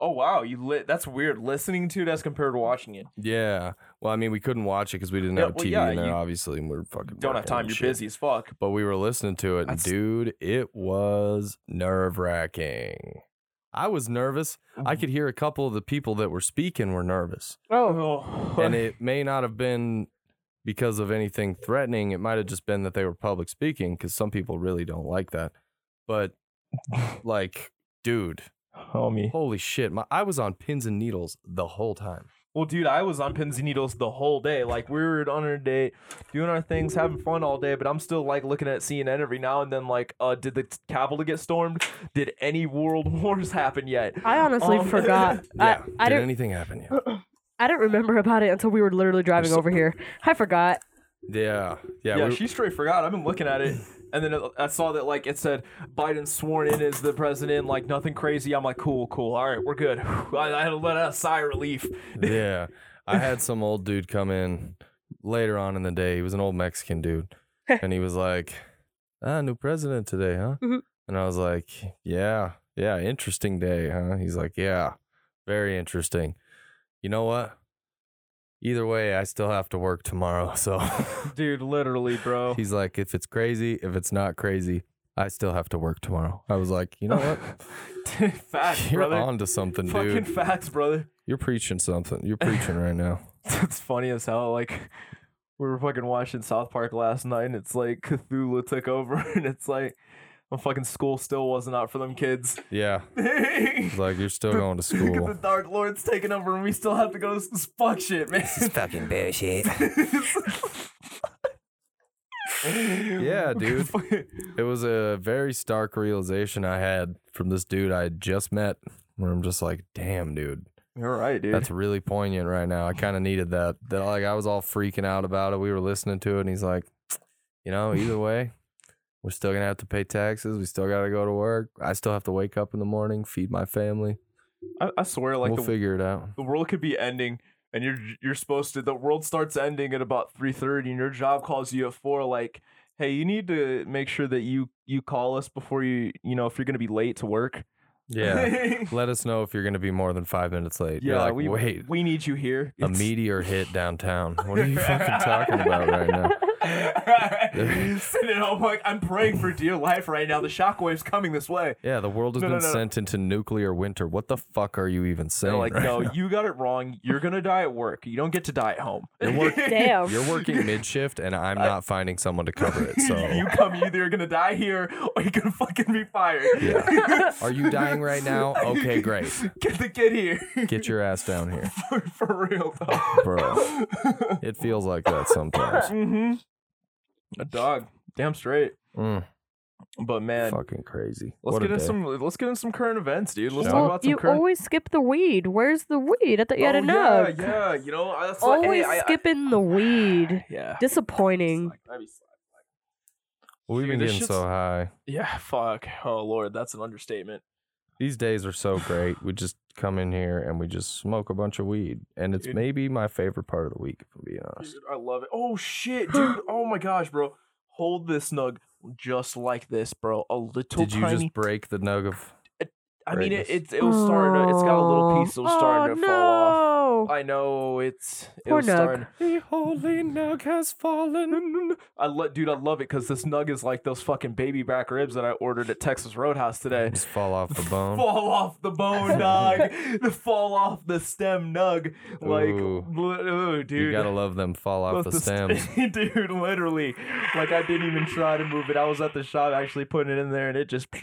D: oh wow, you lit. That's weird. Listening to it as compared to watching it.
E: Yeah. Well, I mean, we couldn't watch it because we didn't
D: Yeah,
E: have a
D: well,
E: TV
D: yeah,
E: in there,
D: you
E: obviously, and we are fucking
D: Don't have
E: working
D: time.
E: and
D: You're
E: shit.
D: busy as fuck.
E: But we were listening to it, and
D: That's-
E: dude, it was nerve wracking. I was nervous.
D: Mm-hmm.
E: I could hear a couple of the people that were speaking were nervous,
F: Oh,
D: Oh,
E: and it may not have been because of anything threatening. It might have just been that they were public speaking, because some people really don't like that. But like, dude, Oh,
D: homie.
E: holy shit! My I was on pins and needles the whole time.
D: Well, dude, I was on pins and needles the whole day. Like we were on our date, doing our things, having fun all day. But I'm still like looking at CNN every now and then. Like, uh, did the Capitol get stormed? Did any world wars happen yet?
F: I honestly
D: Um,
F: forgot.
E: Yeah,
F: I, I
E: did
F: don't.
E: anything happen yet?
F: I don't remember about it until we were literally driving over here. I forgot.
E: Yeah, yeah.
D: Yeah,
E: we-
D: she straight forgot. I've been looking at it, and then it, I saw that like it said Biden sworn in as the president. Like nothing crazy. I'm like, cool, cool. All right, we're good. I, I had to let out a sigh of relief.
E: yeah. I had some old dude come in later on in the day. He was an old Mexican dude. and he was like, ah, new president today, huh?
D: Mm-hmm.
F: Mhm.
E: And I was like, yeah, yeah, interesting day, huh? He's like, yeah, very interesting. You know what? Either way, I still have to work tomorrow. So
D: Dude, literally, bro.
E: he's like, if it's crazy, if it's not crazy, I still have to work tomorrow. I was like, you know what?
D: facts,
E: You're
D: brother.
E: on to something,
D: Fucking
E: dude.
D: facts, brother.
E: You're preaching something. You're preaching right now.
D: It's funny as hell. Like we were fucking watching South Park last night, and it's like Cthulhu took over, and it's like my fucking school still wasn't out for them kids.
E: Yeah. It's like, you're still going to
D: Look at
E: school.
D: the Dark Lord's taking over, and we still have to go to this fuck shit, man.
E: fucking bullshit. yeah, dude. It was a very stark realization I had from this dude I had just met where I'm just like, damn, dude.
D: You're right, dude.
E: That's really poignant right now. I kind of needed that. That like I was all freaking out about it. We were listening to it and he's like, you know, either way, We're still gonna have to pay taxes. We still gotta go to work. I still have to wake up in the morning, feed my family.
D: I, I swear, like
E: we'll
D: the,
E: figure it out.
D: the world could be ending, and you're you're supposed to. The world starts ending at about three thirty, and your job calls you at four. Like, hey, you need to make sure that you you call us before you you know if you're gonna be late to work.
E: Yeah. Let us know if you're gonna be more than five minutes late. You're
D: yeah,
E: like,
D: we
E: wait,
D: we need you here.
E: a meteor hit downtown. What are you fucking talking about right now?
D: and then I'm like, I'm praying for dear life right now. The shockwave's coming this way.
E: Yeah, the world has
D: No,
E: been
D: no, no, no.
E: sent into nuclear winter. What the fuck are you even
D: They're
E: saying?
D: like,
E: right
D: no,
E: now?
D: you got it wrong. You're gonna die at work. You don't get to die at home.
E: You're work-
F: Damn.
E: You're working mid shift, and I'm not finding someone to cover it. So,
D: you come either you're gonna die here or you're gonna fucking be fired.
E: Yeah. are you dying right now? Okay, great.
D: Get the kid here.
E: Get your ass down here,
D: for, for real though.
E: bro. It feels like that sometimes.
D: mm-hmm. A dog. Damn straight.
E: Mm,
D: But man,
E: fucking crazy.
D: let's
E: what
D: get
E: a
D: in
E: day.
D: some let's get in some current events, dude. Let's
F: Well,
D: talk about some
F: you
D: current
F: always skip the weed. Where's the weed? I thought you had
D: Oh,
F: enough.
D: Yeah, yeah, you know, I- that's like, hey,
F: Always
D: I- I-
F: skipping the weed.
D: yeah.
F: Disappointing.
D: Slack, that'd be slack.
E: We've been
D: Dude, this
E: getting
D: shit's-
E: so high.
D: Yeah, fuck. Oh lord, that's an understatement.
E: These days are so great. We just come in here and we just smoke a bunch of weed, and it's
D: Dude.
E: maybe my favorite part of the week, if I'm being honest.
D: Dude, I love it. Oh shit, dude. Oh my gosh, bro. Hold this nug just like this, bro. A little
E: Did you
D: tiny.
E: just break the nug of?
D: I mean, it,
E: greatness?
D: it's it was starting. To, it's got a little piece that was starting to
F: no.
D: fall off.
F: Oh,
D: I know it's it
F: Poor
D: was
F: Nug.
D: starting.
E: The holy nug has fallen.
D: I lo- dude, I love it because this nug is like those fucking baby back ribs that I ordered at Texas Roadhouse today.
E: Just fall off the bone.
D: Fall off the bone, dog. the fall off the stem, nug. Like,
E: Ooh.
D: li- ooh, dude.
E: You gotta love them fall off the,
D: Both
E: stems.
D: st- dude, literally. Like I didn't even try to move it. I was at the shop actually putting it in there and it just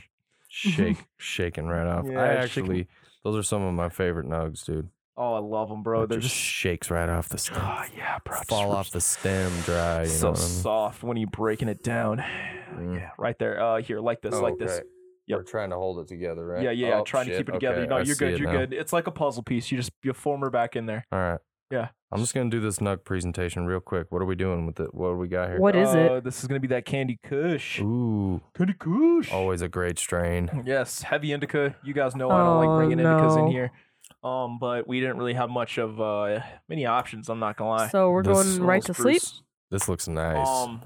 E: Shake, shaking right off.
D: Yeah,
E: I
D: shaking.
E: actually, those are some of my favorite nugs, dude.
D: Oh, I love them, bro.
E: It
D: They're
E: just,
D: just
E: shakes right off the stem.
D: Oh, yeah, bro. just
E: fall off the stem dry. You know
D: so
E: what I mean?
D: soft when you're breaking it down.
E: Mm.
D: Yeah, right there. Uh here, like this,
E: Oh,
D: like this.
E: great.
D: Yep.
E: We're trying to hold it together, right?
D: Yeah, yeah, yeah.
E: Oh,
D: Trying to
E: shit,
D: keep it together.
E: okay,
D: No,
E: I
D: you're
E: see
D: good.
E: it
D: You're
E: now.
D: good. It's like a puzzle piece. You just you form her back in there.
E: All right.
D: Yeah.
E: I'm just gonna do this nug presentation real quick. What are we doing with it? What do we got here?
F: What is
D: Uh,
F: it?
D: This is gonna be that Candy Kush.
E: Ooh, Oh,
D: Candy Kush.
E: always a great strain.
D: Yes, heavy indica. You guys know I don't like
F: Oh,
D: bringing indicas in
F: no.
D: here. Um, but we didn't really have much of uh many options. I'm not gonna lie.
F: So we're
E: This
F: going right to
E: smells
F: sleep.
E: spruce. This looks nice.
D: Um,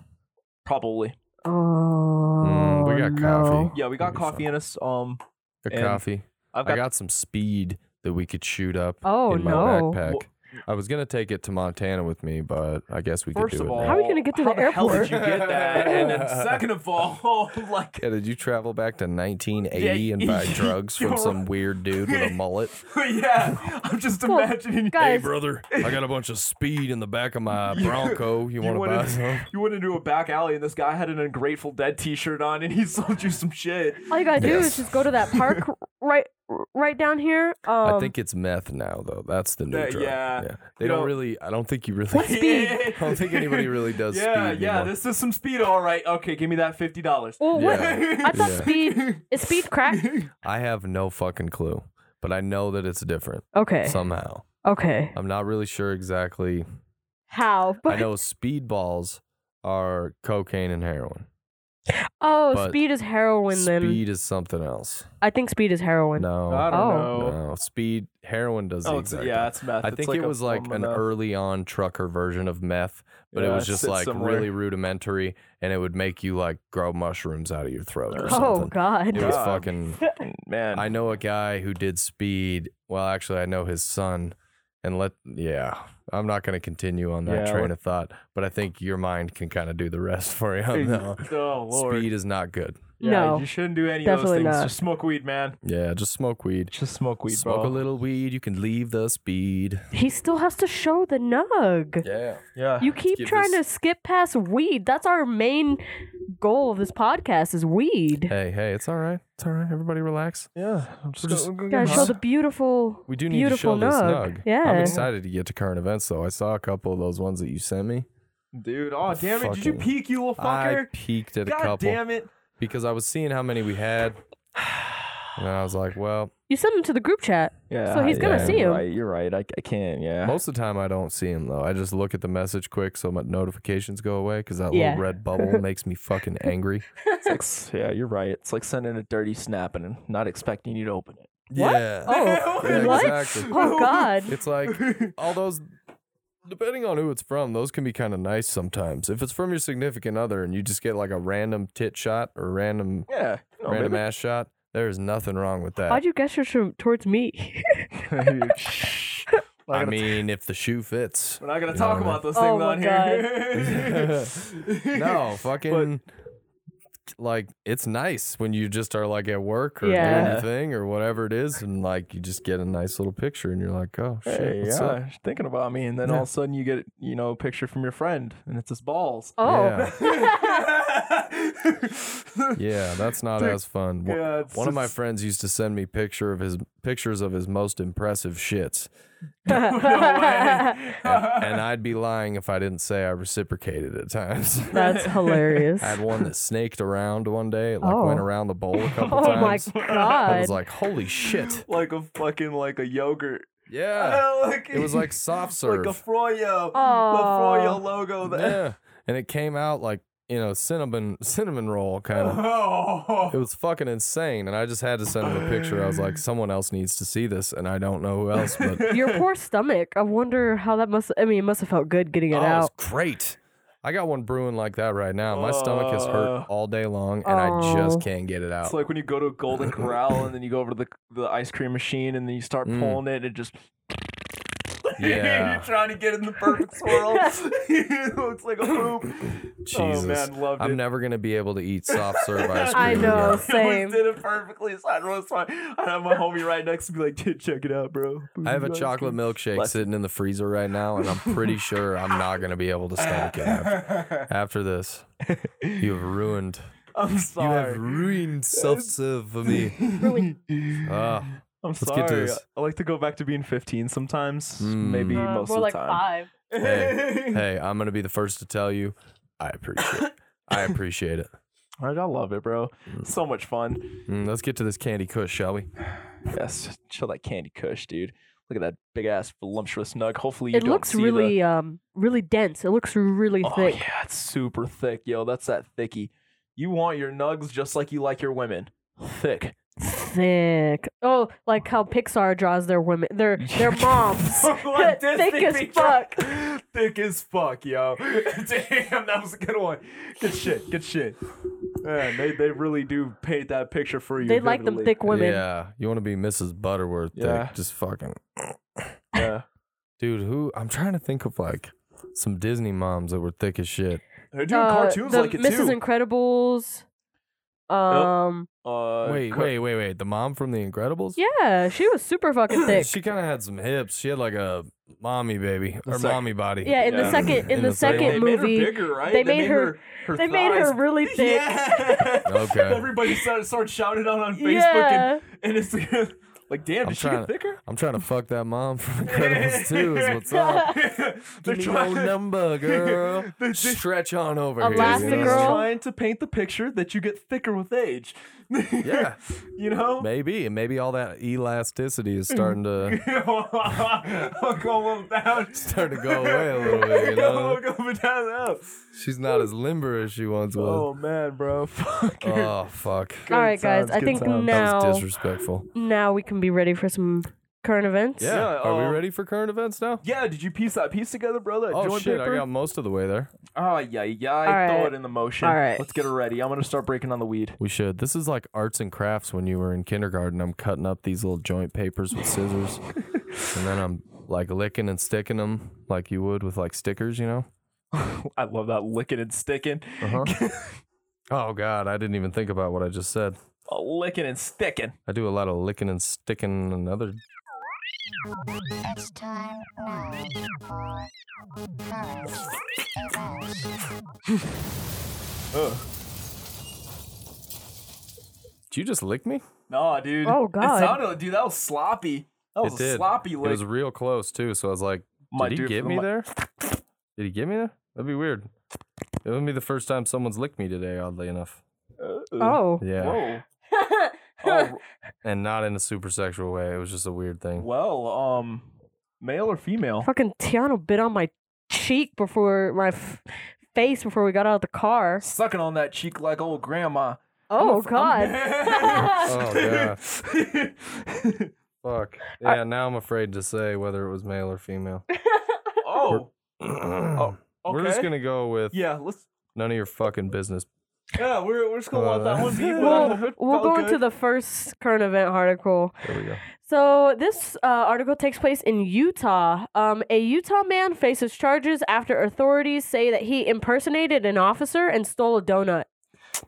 D: probably.
F: Oh,
E: we got
F: no.
E: coffee.
D: Yeah, we got
E: Maybe some.
D: Mm, coffee in us. Um,
E: Got
D: and
E: coffee.
D: I've
E: I
D: got,
E: got some speed that we could shoot up
F: Oh,
E: in my
F: no.
E: backpack.
D: Well-
E: I was gonna take it to Montana with me, but I guess we
D: first
E: could do
D: of
E: it.
D: all.
E: now.
F: How are you gonna get to
D: how
F: the
D: Hell did
F: airport?
D: you get that? and then second of all, like
E: Yeah, did you travel back to 1980
D: Yeah,
E: and buy
D: you-
E: drugs from
D: you're
E: some
D: right.
E: weird dude with a mullet?
D: yeah, I'm just
F: Well,
D: imagining.
F: guys,
E: brother, I got a bunch of speed in the back of my Bronco.
D: You
E: You want to
D: went,
E: buy
D: into,
E: some?
D: you went into a back alley and this guy had an Ungrateful Dead T-shirt on and he sold you some shit.
F: all you gotta do
E: Yes.
F: is just go to that park right right down here. Um,
E: I think it's meth now, though. That's the new
D: That-
E: drug.
D: yeah.
E: They
D: You
E: don't
D: know-
E: really. I don't think you really.
F: Speed.
E: I don't think anybody really does
D: yeah,
E: speed.
D: yeah.
E: anymore.
D: This is some speed, all right. Okay, give me that fifty dollars.
F: Well, oh, what?
E: Yeah.
F: I thought
E: Yeah.
F: speed is speed crack.
E: I have no fucking clue, but I know that it's different
F: Okay.
E: somehow.
F: Okay.
E: I'm not really sure exactly.
F: How? But
E: I know speedballs are cocaine and heroin.
F: oh,
E: but
F: speed is heroin. Then
E: Speed is something else.
F: I think speed is heroin.
E: No,
D: I don't
F: Oh.
D: know.
E: no. Speed heroin does
D: Oh,
E: the
D: it's,
E: exact
D: yeah,
E: opposite.
D: it's meth.
E: I
D: It's
E: think
D: like
E: it
D: a
E: was like
D: form of
E: an
D: meth.
E: early on trucker version of meth, but
D: Yeah,
E: it
D: it
E: was just
D: sits
E: like
D: somewhere.
E: really rudimentary, and it would make you like grow mushrooms out of your throat or
D: Oh,
F: oh
E: something.
F: God.
E: It was
D: God.
E: fucking.
D: man.
E: I know a guy who did speed. Well, actually, I know his son, and let yeah. I'm not going to continue on that
D: Yeah,
E: train
D: let-
E: of thought, but I think your mind can kind of do the rest for you.
D: Hey,
E: on that one.
D: Oh lord.
E: Speed is not good.
D: Yeah,
F: No,
D: you shouldn't do any of those
F: definitely
D: things.
F: not.
D: Just smoke weed, man.
E: Yeah, just smoke weed.
D: Just smoke weed,
E: smoke
D: bro.
E: a little weed. You can leave the speed.
F: He still has to show the nug.
E: Yeah.
D: Yeah.
F: You keep
E: give
F: trying
E: this-
F: to skip past weed. That's our main goal of this podcast is weed.
E: Hey, hey, it's all right. It's all right. Everybody relax.
D: yeah. I'm just,
E: We're just-
D: gonna,
F: Gotta show the beautiful,
E: We do need
F: beautiful
E: to show this
F: nug.
E: nug.
F: Yeah.
E: I'm excited to get to current events though. I saw a couple of those ones that you sent me.
D: dude. Oh damn it! Did you
E: Fucking-
D: peek, you little
E: I
D: fucker?
E: peeked at a
D: God
E: couple
D: damn it!
E: because I was seeing how many we had. And I was like, well,
F: You sent him to the group chat.
D: Yeah.
F: So he's gonna
D: yeah,
F: see
D: you're
F: him.
D: Right, you're right. I, I can't. Yeah.
E: most of the time I don't see him though. I just look at the message quick so my notifications go away because that
F: Yeah.
E: little red bubble makes me fucking angry.
D: It's like, yeah, you're right. It's like sending a dirty snap and not expecting you to open it.
F: What?
E: Yeah.
F: Oh,
E: Yeah,
F: what?
E: exactly.
F: Oh God.
E: It's like all those depending on who it's from, those can be kind of nice sometimes. If it's from your significant other and you just get like a random tit shot or random
D: Yeah. No,
E: random
D: maybe-
E: ass shot, there's nothing wrong with that.
F: Why'd you gesture to, towards me?
D: Shh. Not
E: I
D: gonna-
E: mean, if the shoe fits.
D: we're not gonna
E: you
D: talk
E: know what
D: about those
F: Oh
D: things
F: my
D: on here.
E: no, fucking like it's nice when you just are like at work or doing
F: Yeah.
E: your thing or whatever it is, and like you just get a nice little picture, and you're like, oh shit,
D: Hey,
E: what's
D: yeah,
E: up?
D: she's thinking about me, and then all of a sudden you get you know a picture from your friend, and it's his balls.
F: Oh.
E: Yeah.
D: yeah,
E: Yeah, that's not as fun. Wha-
D: Yeah, it's-
E: One of my
D: it's-
E: friends used to send me picture of his pictures of his most impressive shits, and, and I'd be lying if I didn't say I reciprocated at times.
F: That's hilarious.
E: I had one that snaked around one day, it, like went
F: Oh.
E: around the bowl a couple
F: Oh my
E: times. I
F: God.
E: was like, holy shit!
D: like a fucking like a yogurt.
E: Yeah,
D: like,
E: it was like soft serve.
D: like a froyo, the
F: Aw.
D: froyo logo. That,
E: yeah, and it came out like you know cinnamon cinnamon roll kind of.
D: oh,
E: It was fucking insane, and I just had to send him a picture. I was like, someone else needs to see this, and I don't know who else, but
F: Your poor stomach. I wonder how that must. I mean, it must have felt good getting it
E: Oh,
F: out.
E: It's great. I got one brewing like that right now. My stomach is
D: Uh,
E: hurt all day long, and I
F: Oh.
E: just can't get it out.
D: It's like when you go to Golden Corral and then you go over to the the ice cream machine and then you start
E: Mm.
D: pulling it and it just
E: yeah,
D: you're trying to get in the perfect swirl. it looks like a poop.
E: Jesus.
D: Oh man, loved
E: I'm
D: it.
E: never gonna be able to eat soft serve ice cream.
F: I
E: again.
F: know,
D: I
F: same.
D: always did it perfectly. So I was fine. I have my homie right next to me, like, dude, check it out, bro.
E: I have a
D: Ice
E: chocolate milkshake
D: Bless you.
E: sitting in the freezer right now, and I'm pretty sure I'm not gonna be able to stomach it after, after this. You have ruined.
D: cream. I'm
E: You have
D: sorry.
E: ruined soft serve for me. Ah,
D: I'm
E: Let's
D: sorry.
E: get to this.
D: I like to go back to being 15 sometimes,
E: Mm.
D: maybe
E: Uh,
D: most
F: more
D: of
F: like
D: the time.
F: five.
E: hey, hey, I'm gonna be the first to tell you. I appreciate. It. I appreciate it.
D: I, I love it, bro.
E: Hmm.
D: So much fun.
E: Mm, let's get to this candy kush, shall we?
D: Yes, chill that candy kush, dude. Look at that big ass voluptuous nug. Hopefully, you
F: It
D: don't
F: looks
D: see the-
F: really, um, really dense. It looks really
D: Oh
F: thick.
D: yeah, it's super thick, yo. That's that thicky. You want your nugs just like you like your women, thick.
F: Thick. Oh, like how Pixar draws their women, their their moms.
D: Like this
F: thick
D: thing
F: as
D: be
F: fuck.
D: dry. Thick as fuck, yo. Damn, that was a good one. Good shit. Good shit. Man, they they really do paint that picture for you.
F: They like them
D: vividly.
F: thick women.
E: Yeah, you want to be Mrs. Butterworth.
D: Yeah.
E: Thick. Just fucking
D: Yeah.
E: dude. Who I'm trying to think of like some Disney moms that were thick as shit.
D: They're doing
F: Uh,
D: cartoons
F: the
D: like it
F: Mrs.
D: too.
F: Incredibles. Um.
D: uh,
E: wait,
D: car-
E: wait, wait, wait. The mom from The Incredibles.
F: Yeah, she was super fucking thick.
E: She kind of had some hips. She had like a mommy baby or
D: That's like-
E: mommy body.
F: yeah, in the
D: Yeah.
F: second in
E: In
F: the
E: the second-
D: They
F: second
D: made her
F: movie,
D: bigger, right?
F: they made her-
D: her
F: they made her
D: thighs
F: really thick.
D: Yeah.
E: Okay.
D: Everybody started, started shouting out on Facebook,
F: Yeah.
D: and, and it's like, damn,
E: I'm
D: did she get
E: trying to-
D: thicker?
E: I'm trying to fuck that mom from Incredibles too. Is what's up?
D: They're
E: Give me your number, girl.
D: They- they-
E: Stretch on over here. you know?
F: Elastigirl.
D: trying to paint the picture that you get thicker with age.
E: Yeah,
D: you know.
E: maybe and maybe all that elasticity is starting to
D: I'll go up and down.
E: starting to go away a little bit. You know,
D: I'll go up and down. up.
E: she's not as limber as she once was.
D: Oh man, bro, fuck.
E: Oh fuck.
F: All right, guys.
D: times,
F: I
D: good
F: think
D: times.
E: That was
F: now
E: disrespectful.
F: now we can be ready for some current events.
E: Yeah.
D: Yeah,
E: Are
D: uh,
E: we ready for current events now?
D: Yeah, did you piece that piece together, brother?
E: Oh
D: Joint
E: shit,
D: paper?
E: I got most of the way there.
D: Oh yeah, yeah.
F: All
D: Throw
F: right.
D: it in the motion.
F: All right.
D: Let's get it ready. I'm gonna start breaking on the weed.
E: We should. This is like arts and crafts when you were in kindergarten. I'm cutting up these little joint papers with scissors, and then I'm like licking and sticking them like you would with like stickers, you know?
D: I love that licking and sticking.
E: Uh-huh. oh god, I didn't even think about what I just said.
D: Oh, licking and sticking.
E: I do a lot of licking and sticking and other
G: It's time now for current events.
E: Did you just lick me?
D: Nah, dude.
F: Oh,
D: It
F: God.
D: sounded, dude, that was sloppy. That was
E: it
D: a
E: did.
D: sloppy lick.
E: It was real close too, so I was like,
D: My
E: Did
D: dude
E: he get
D: from
E: me
D: my-
E: there? Did he get me there? That'd be weird. It wouldn't be the first time someone's licked me today, oddly enough.
D: Uh, uh,
F: Oh.
E: Yeah.
D: Whoa. Oh,
E: and not in a super sexual way. It was just a weird thing.
D: well, um, male or female?
F: Fucking Tiano bit on my cheek before my f- face before we got out of the car.
D: Sucking on that cheek like old grandma. I'm-
F: Oh God.
E: Oh, yeah. Fuck. Yeah, now I'm afraid to say whether it was male or female.
D: oh,
E: We're just
D: okay.
E: gonna go with
D: yeah. Let's.
E: none of your fucking business.
D: Yeah, we're we're just gonna let that
E: Uh,
D: one be. but I hope
F: We'll,
D: it
F: we'll
D: felt
F: go into
D: good.
F: the first current event article.
E: There we go.
F: So this uh, article takes place in Utah. Um, a Utah man faces charges after authorities say that he impersonated an officer and stole a donut.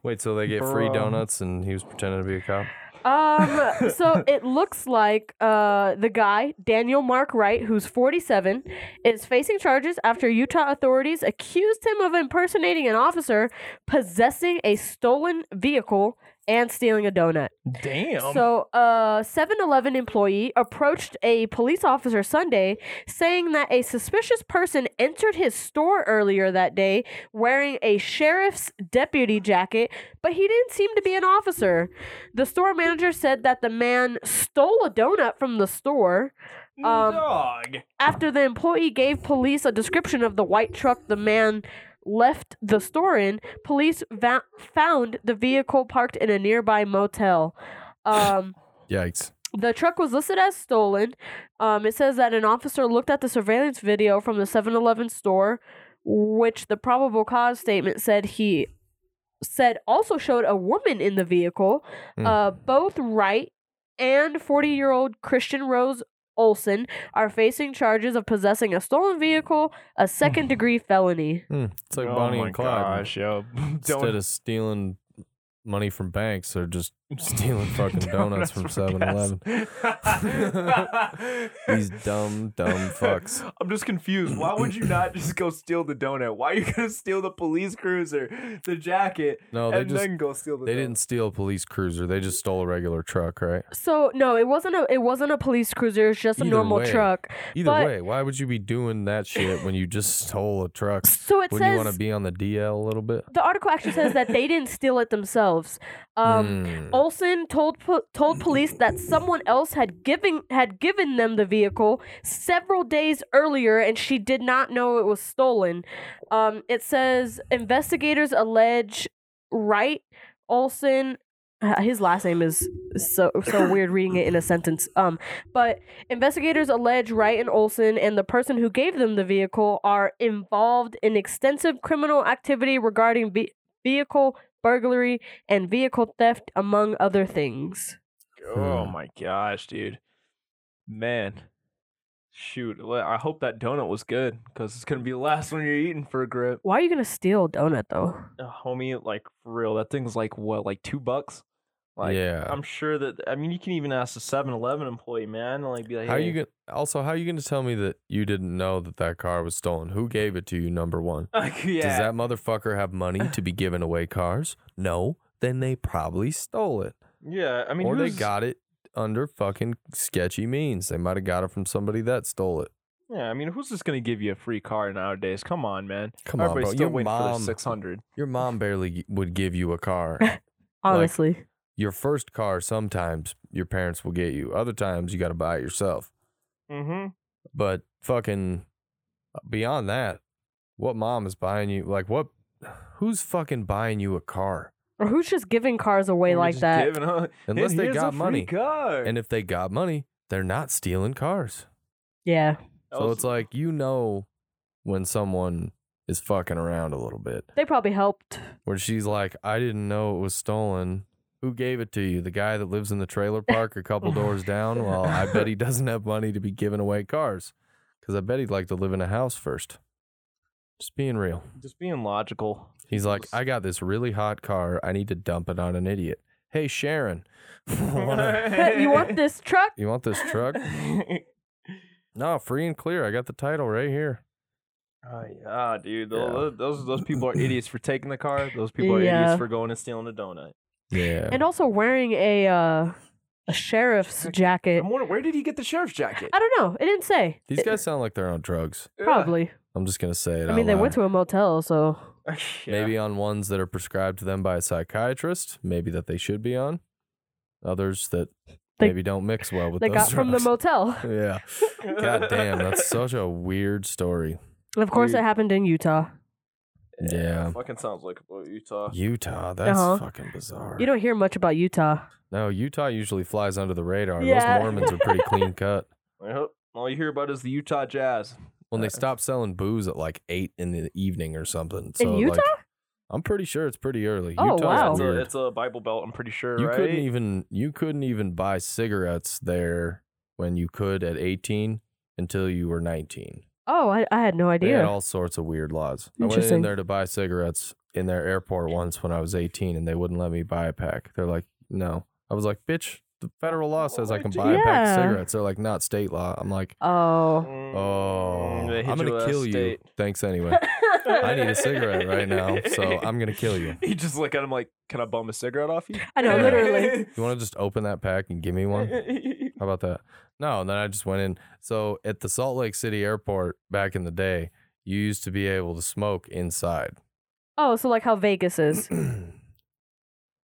E: Wait, so they get free
D: Bruh.
E: donuts and he was pretending to be a cop?
F: Um, so it looks like uh, the guy, Daniel Mark Wright, who's 47, is facing charges after Utah authorities accused him of impersonating an officer, possessing a stolen vehicle, and stealing a donut.
D: Damn.
F: So, a 7 Eleven employee approached a police officer Sunday saying that a suspicious person entered his store earlier that day wearing a sheriff's deputy jacket, but he didn't seem to be an officer. The store manager said that the man stole a donut from the store. Um,
D: Dog.
F: after the employee gave police a description of the white truck the man left the store in, police va- found the vehicle parked in a nearby motel. Um,
E: Yikes.
F: the truck was listed as stolen. Um, it says that an officer looked at the surveillance video from the 7 Eleven store, which the probable cause statement said he said also showed a woman in the vehicle.
E: Hmm.
F: Uh, both Wright and 40 year old Christian Rose Olson are facing charges of possessing a stolen vehicle, a
E: Mm.
F: second degree felony.
E: Hmm. It's
D: Oh
E: like Bonnie and Clyde.
D: yeah.
E: Instead of stealing money from banks, they're just stealing fucking donuts from 7-Eleven. These dumb, dumb fucks.
D: I'm just confused. Why would you not just go steal the donut? Why are you gonna steal the police cruiser, the jacket,
E: No, they
D: and
E: just
D: then go steal the?
E: they
D: donut?
E: didn't steal a police cruiser. They just stole a regular truck, right?
F: So no, it wasn't a it wasn't a police cruiser. It was just a
E: Either
F: normal
E: way.
F: truck.
E: Either
F: But-
E: way, why would you be doing that shit when you just stole a truck?
F: So it
E: Wouldn't
F: says
E: you want to be on the DL a little bit?
F: the article actually says that they didn't steal it themselves. Um,
E: Mm.
F: Olson told po- told police that someone else had given had given them the vehicle several days earlier, and she did not know it was stolen. Um, it says investigators allege Wright Olson. uh, His last name is so so weird reading it in a sentence. Um, but investigators allege Wright and Olson and the person who gave them the vehicle are involved in extensive criminal activity regarding ve- vehicle burglary and vehicle theft, among other things.
D: Oh
E: Hmm.
D: my gosh, dude. Man. Shoot. well, I hope that donut was good because it's going to be the last one you're eating for a grip.
F: Why are you gonna steal a donut though?
D: Uh, homie, like, for real, that thing's like, what, like two bucks? Like,
E: Yeah.
D: I'm sure that, I mean, you can even ask the 7 Eleven employee, man. and, Like, be like,
E: How are
D: "Hey."
E: you gonna? Also, how are you gonna tell me that you didn't know that that car was stolen? Who gave it to you? Number one.
D: Like, yeah.
E: Does that motherfucker have money to be giving away cars? No. Then they probably stole it,
D: yeah. I mean,
E: or they
D: who's-
E: got it under fucking sketchy means. They might have got it from somebody that stole it.
D: Yeah, I mean, who's just going to give you a free car nowadays? Come on, man.
E: Come
D: Everybody's
E: on, bro.
D: still
E: Your
D: waiting for
E: mom,
D: the 600.
E: your mom barely g- would give you a car.
F: Honestly,
E: your first car, sometimes your parents will get you. Other times, you got to buy it yourself.
D: Mm-hmm.
E: But fucking uh, beyond that, what mom is buying you? Like what? Who's fucking buying you a car?
F: or who's just giving cars away like that?
D: Giving, huh?
E: Unless they
D: Here's a
E: got
D: free
E: money.
D: Car.
E: And if they got money, they're not stealing cars.
F: yeah,
E: So it's like you know when someone is fucking around a little bit.
F: they probably helped.
E: Where she's like, I didn't know it was stolen. Who gave it to you? The guy that lives in the trailer park a couple doors down? Well, I bet he doesn't have money to be giving away cars. Because I bet he'd like to live in a house first. Just being real.
D: just being logical.
E: He's like, I got this really hot car. I need to dump it on an idiot. Hey, Sharon, wanna-
F: you want this truck?
E: you want this truck? No, free and clear. I got the title right here.
D: Oh yeah, dude.
E: Yeah.
D: Those, those those people are idiots for taking the car. Those people are
F: Yeah.
D: idiots for going and stealing a donut.
E: Yeah.
F: And also wearing a uh, a sheriff's jacket.
D: I'm wondering where did he get the sheriff's jacket?
F: I don't know. It didn't say.
E: These guys sound like they're on drugs.
D: Yeah.
F: Probably.
E: I'm just gonna say it.
F: I
E: out
F: mean, they
E: loud.
F: went to a motel, so
D: Yeah.
E: maybe on ones that are prescribed to them by a psychiatrist, maybe that they should be on. others that
F: They-
E: maybe don't mix well with
F: they
E: those
F: got from the
E: drugs.
F: motel.
E: yeah. God damn, that's such a weird story.
F: Of course,
D: Dude.
F: it happened in Utah.
E: Yeah.
D: Fucking sounds like uh, Utah.
E: Utah, that's
F: Uh-huh.
E: fucking bizarre.
F: You don't hear much about Utah.
E: no, Utah usually flies under the radar.
F: Yeah.
E: Those Mormons are pretty clean cut.
D: Yep. All you hear about is the Utah Jazz.
E: When they
D: Uh,
E: stopped selling booze at like eight in the evening or something. So
F: Utah?
E: Like, I'm pretty sure it's pretty early.
F: Oh,
E: Utah's
F: wow.
D: It's, a,
E: weird.
D: it's a Bible Belt, I'm pretty sure,
E: you
D: right?
E: couldn't even you couldn't even buy cigarettes there when you could at 18 until you were 19.
F: Oh, I, I had no
E: They had
F: idea.
E: all sorts of weird laws. I went in
F: Interesting.
E: there to buy cigarettes in their airport once when I was 18, and they wouldn't let me buy a pack. They're like, no. I was like, bitch, the federal law says I can buy a pack of
F: Yeah.
E: cigarettes. They're like, not state law. I'm like,
F: Oh.
D: Mm,
E: oh,
D: they hit
E: I'm going
D: with
E: to
D: a
E: kill
D: state.
E: you. Thanks anyway. I need a cigarette right now, Oh, so I'm going to kill you.
D: He just look at him like, "Can I bum a cigarette off you?"
F: I know,
E: Yeah.
F: literally.
E: You want to just open that pack and give me one? How about that? No, and then I just went in. So at the Salt Lake City airport back in the day, you used to be able to smoke inside.
F: Oh, so like how Vegas is.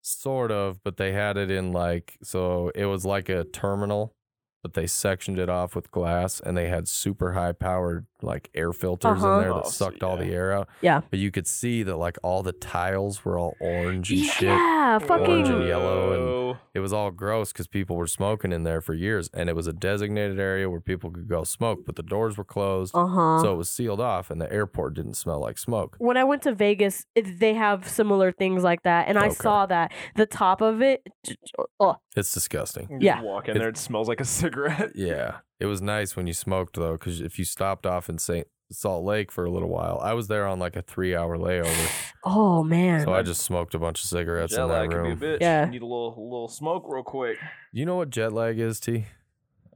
E: sort of, but they had it in like so it was like a terminal, but they sectioned it off with glass and they had super high powered like air filters
F: Uh-huh.
E: in there that
D: Oh, so
E: sucked all the
D: yeah.
E: air out.
F: Yeah.
E: But you could see that like all the tiles were all orange and shit.
F: Yeah,
E: Orange and
F: fucking.
E: yellow It was all gross because people were smoking in there for years, and it was a designated area where people could go smoke, but the doors were closed,
F: Uh huh.
E: so it was sealed off, and the airport didn't smell like smoke.
F: when I went to Vegas, it- they have similar things like that, and I
E: Okay.
F: saw that the top of it. j- j- Oh,
E: It's disgusting.
D: You
F: Yeah.
D: just walk in there, it smells like a cigarette.
E: Yeah, it was nice when you smoked though, because if you stopped off in Saint Salt Lake for a little while, I was there on like a three-hour layover,
F: oh man.
E: so I just smoked a bunch of cigarettes
D: Jet
E: in
D: lag
E: that
D: can be
E: room.
D: a bitch.
F: Yeah.
D: You need a little little smoke real quick.
E: You know what jet lag is, T?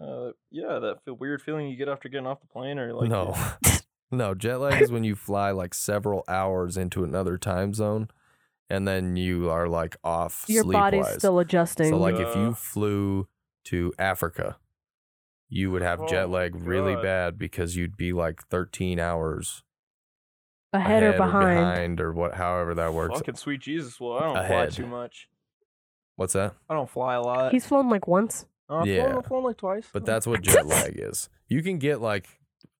D: Uh, yeah, that feel, weird feeling you get after getting off the plane, or like
E: no, no, jet lag is when you fly like several hours into another time zone, and then you are like off.
F: Your body's
E: sleep-wise.
F: still adjusting.
E: So like if
D: Uh.
E: you flew to Africa, you would have
D: Oh
E: jet
D: my
E: lag really
D: God.
E: bad because you'd be like 13 hours
F: ahead, or behind.
E: or what however that works.
D: fucking sweet Jesus. Well, I don't
E: Ahead.
D: fly too much.
E: What's that?
D: I don't fly a lot.
F: He's flown like once.
D: Oh, I've flown-
E: Yeah.
D: I've flown like twice.
E: But that's what jet lag is. You can get like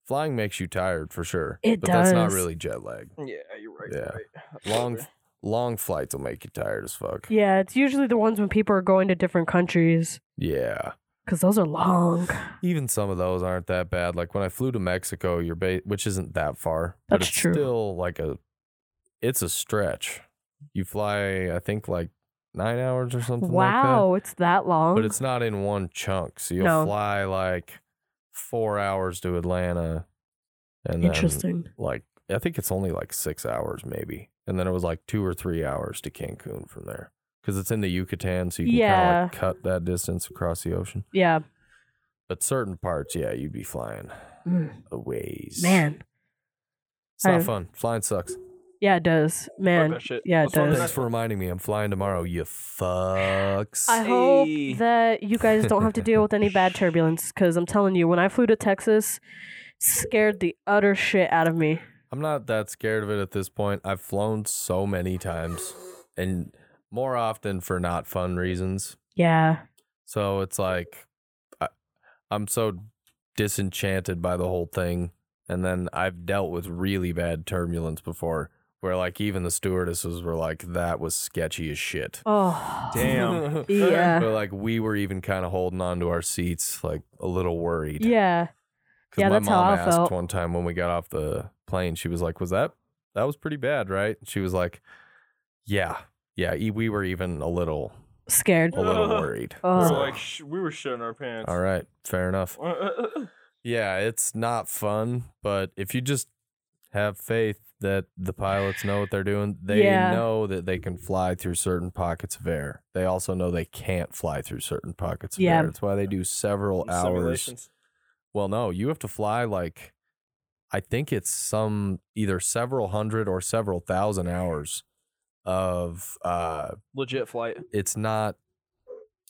E: flying makes you tired for sure.
F: It
E: but that's not
F: does.
E: really jet lag.
D: yeah, you're right.
E: Yeah.
D: you're right.
E: Long long flights will make you tired as fuck.
F: Yeah, it's usually the ones when people are going to different countries
E: Yeah.
F: because those are long.
E: Even some of those aren't that bad. Like when I flew to Mexico, your base which isn't that far, but
F: That's
E: it's
F: true.
E: still like a it's a stretch. You fly I think like 9 hours or something like that.
F: Wow, it's that long.
E: but it's not in one chunk. So you'll
F: No.
E: fly like four hours to Atlanta, and then
F: interesting.
E: like I think it's only like six hours maybe, and then it was like two or three hours to Cancun from there because it's in the Yucatan, so you can kind of
F: Yeah.
E: like cut that distance across the ocean.
F: yeah,
E: But certain parts, yeah, you'd be flying
F: Mm,
E: a ways.
F: man.
E: it's not
F: I-
E: fun. Flying sucks.
F: Yeah, it does,
D: Fuck
F: man.
D: that shit.
F: Yeah, it
D: That's what I'm
F: does.
E: Thanks for reminding me. I'm flying tomorrow. You fucks.
F: I hope
D: Hey.
F: that you guys don't have to deal with any bad turbulence because I'm telling you, when I flew to Texas, scared the utter shit out of me.
E: I'm not that scared of it at this point. I've flown so many times and more often for not fun reasons.
F: Yeah.
E: So it's like I, I'm so disenchanted by the whole thing. And then I've dealt with really bad turbulence before where like even the stewardesses were like, that was sketchy as shit.
F: Oh.
D: Damn.
F: Yeah.
E: But like we were even kind of holding on to our seats, like a little worried.
F: Yeah.
E: 'Cause
F: Yeah,
E: my
F: that's how
E: mom
F: I
E: asked
F: felt.
E: one time when we got off the plane, she was like, "Was that that was pretty bad, right?" She was like, "Yeah, yeah, e- we were even a little
F: Scared.
E: a little worried."
D: We
F: Oh.
D: were
E: So,
D: like, sh- we were shitting our pants.
E: all right, fair enough. Yeah, it's not fun, but if you just have faith that the pilots know what they're doing, they
F: Yeah.
E: know that they can fly through certain pockets of air. They also know they can't fly through certain pockets of
F: Yeah.
E: air. That's why they do several hours
D: Simulations.
E: Well, no, you have to fly like I think it's some either several hundred or several thousand hours of uh
D: Legit flight.
E: it's not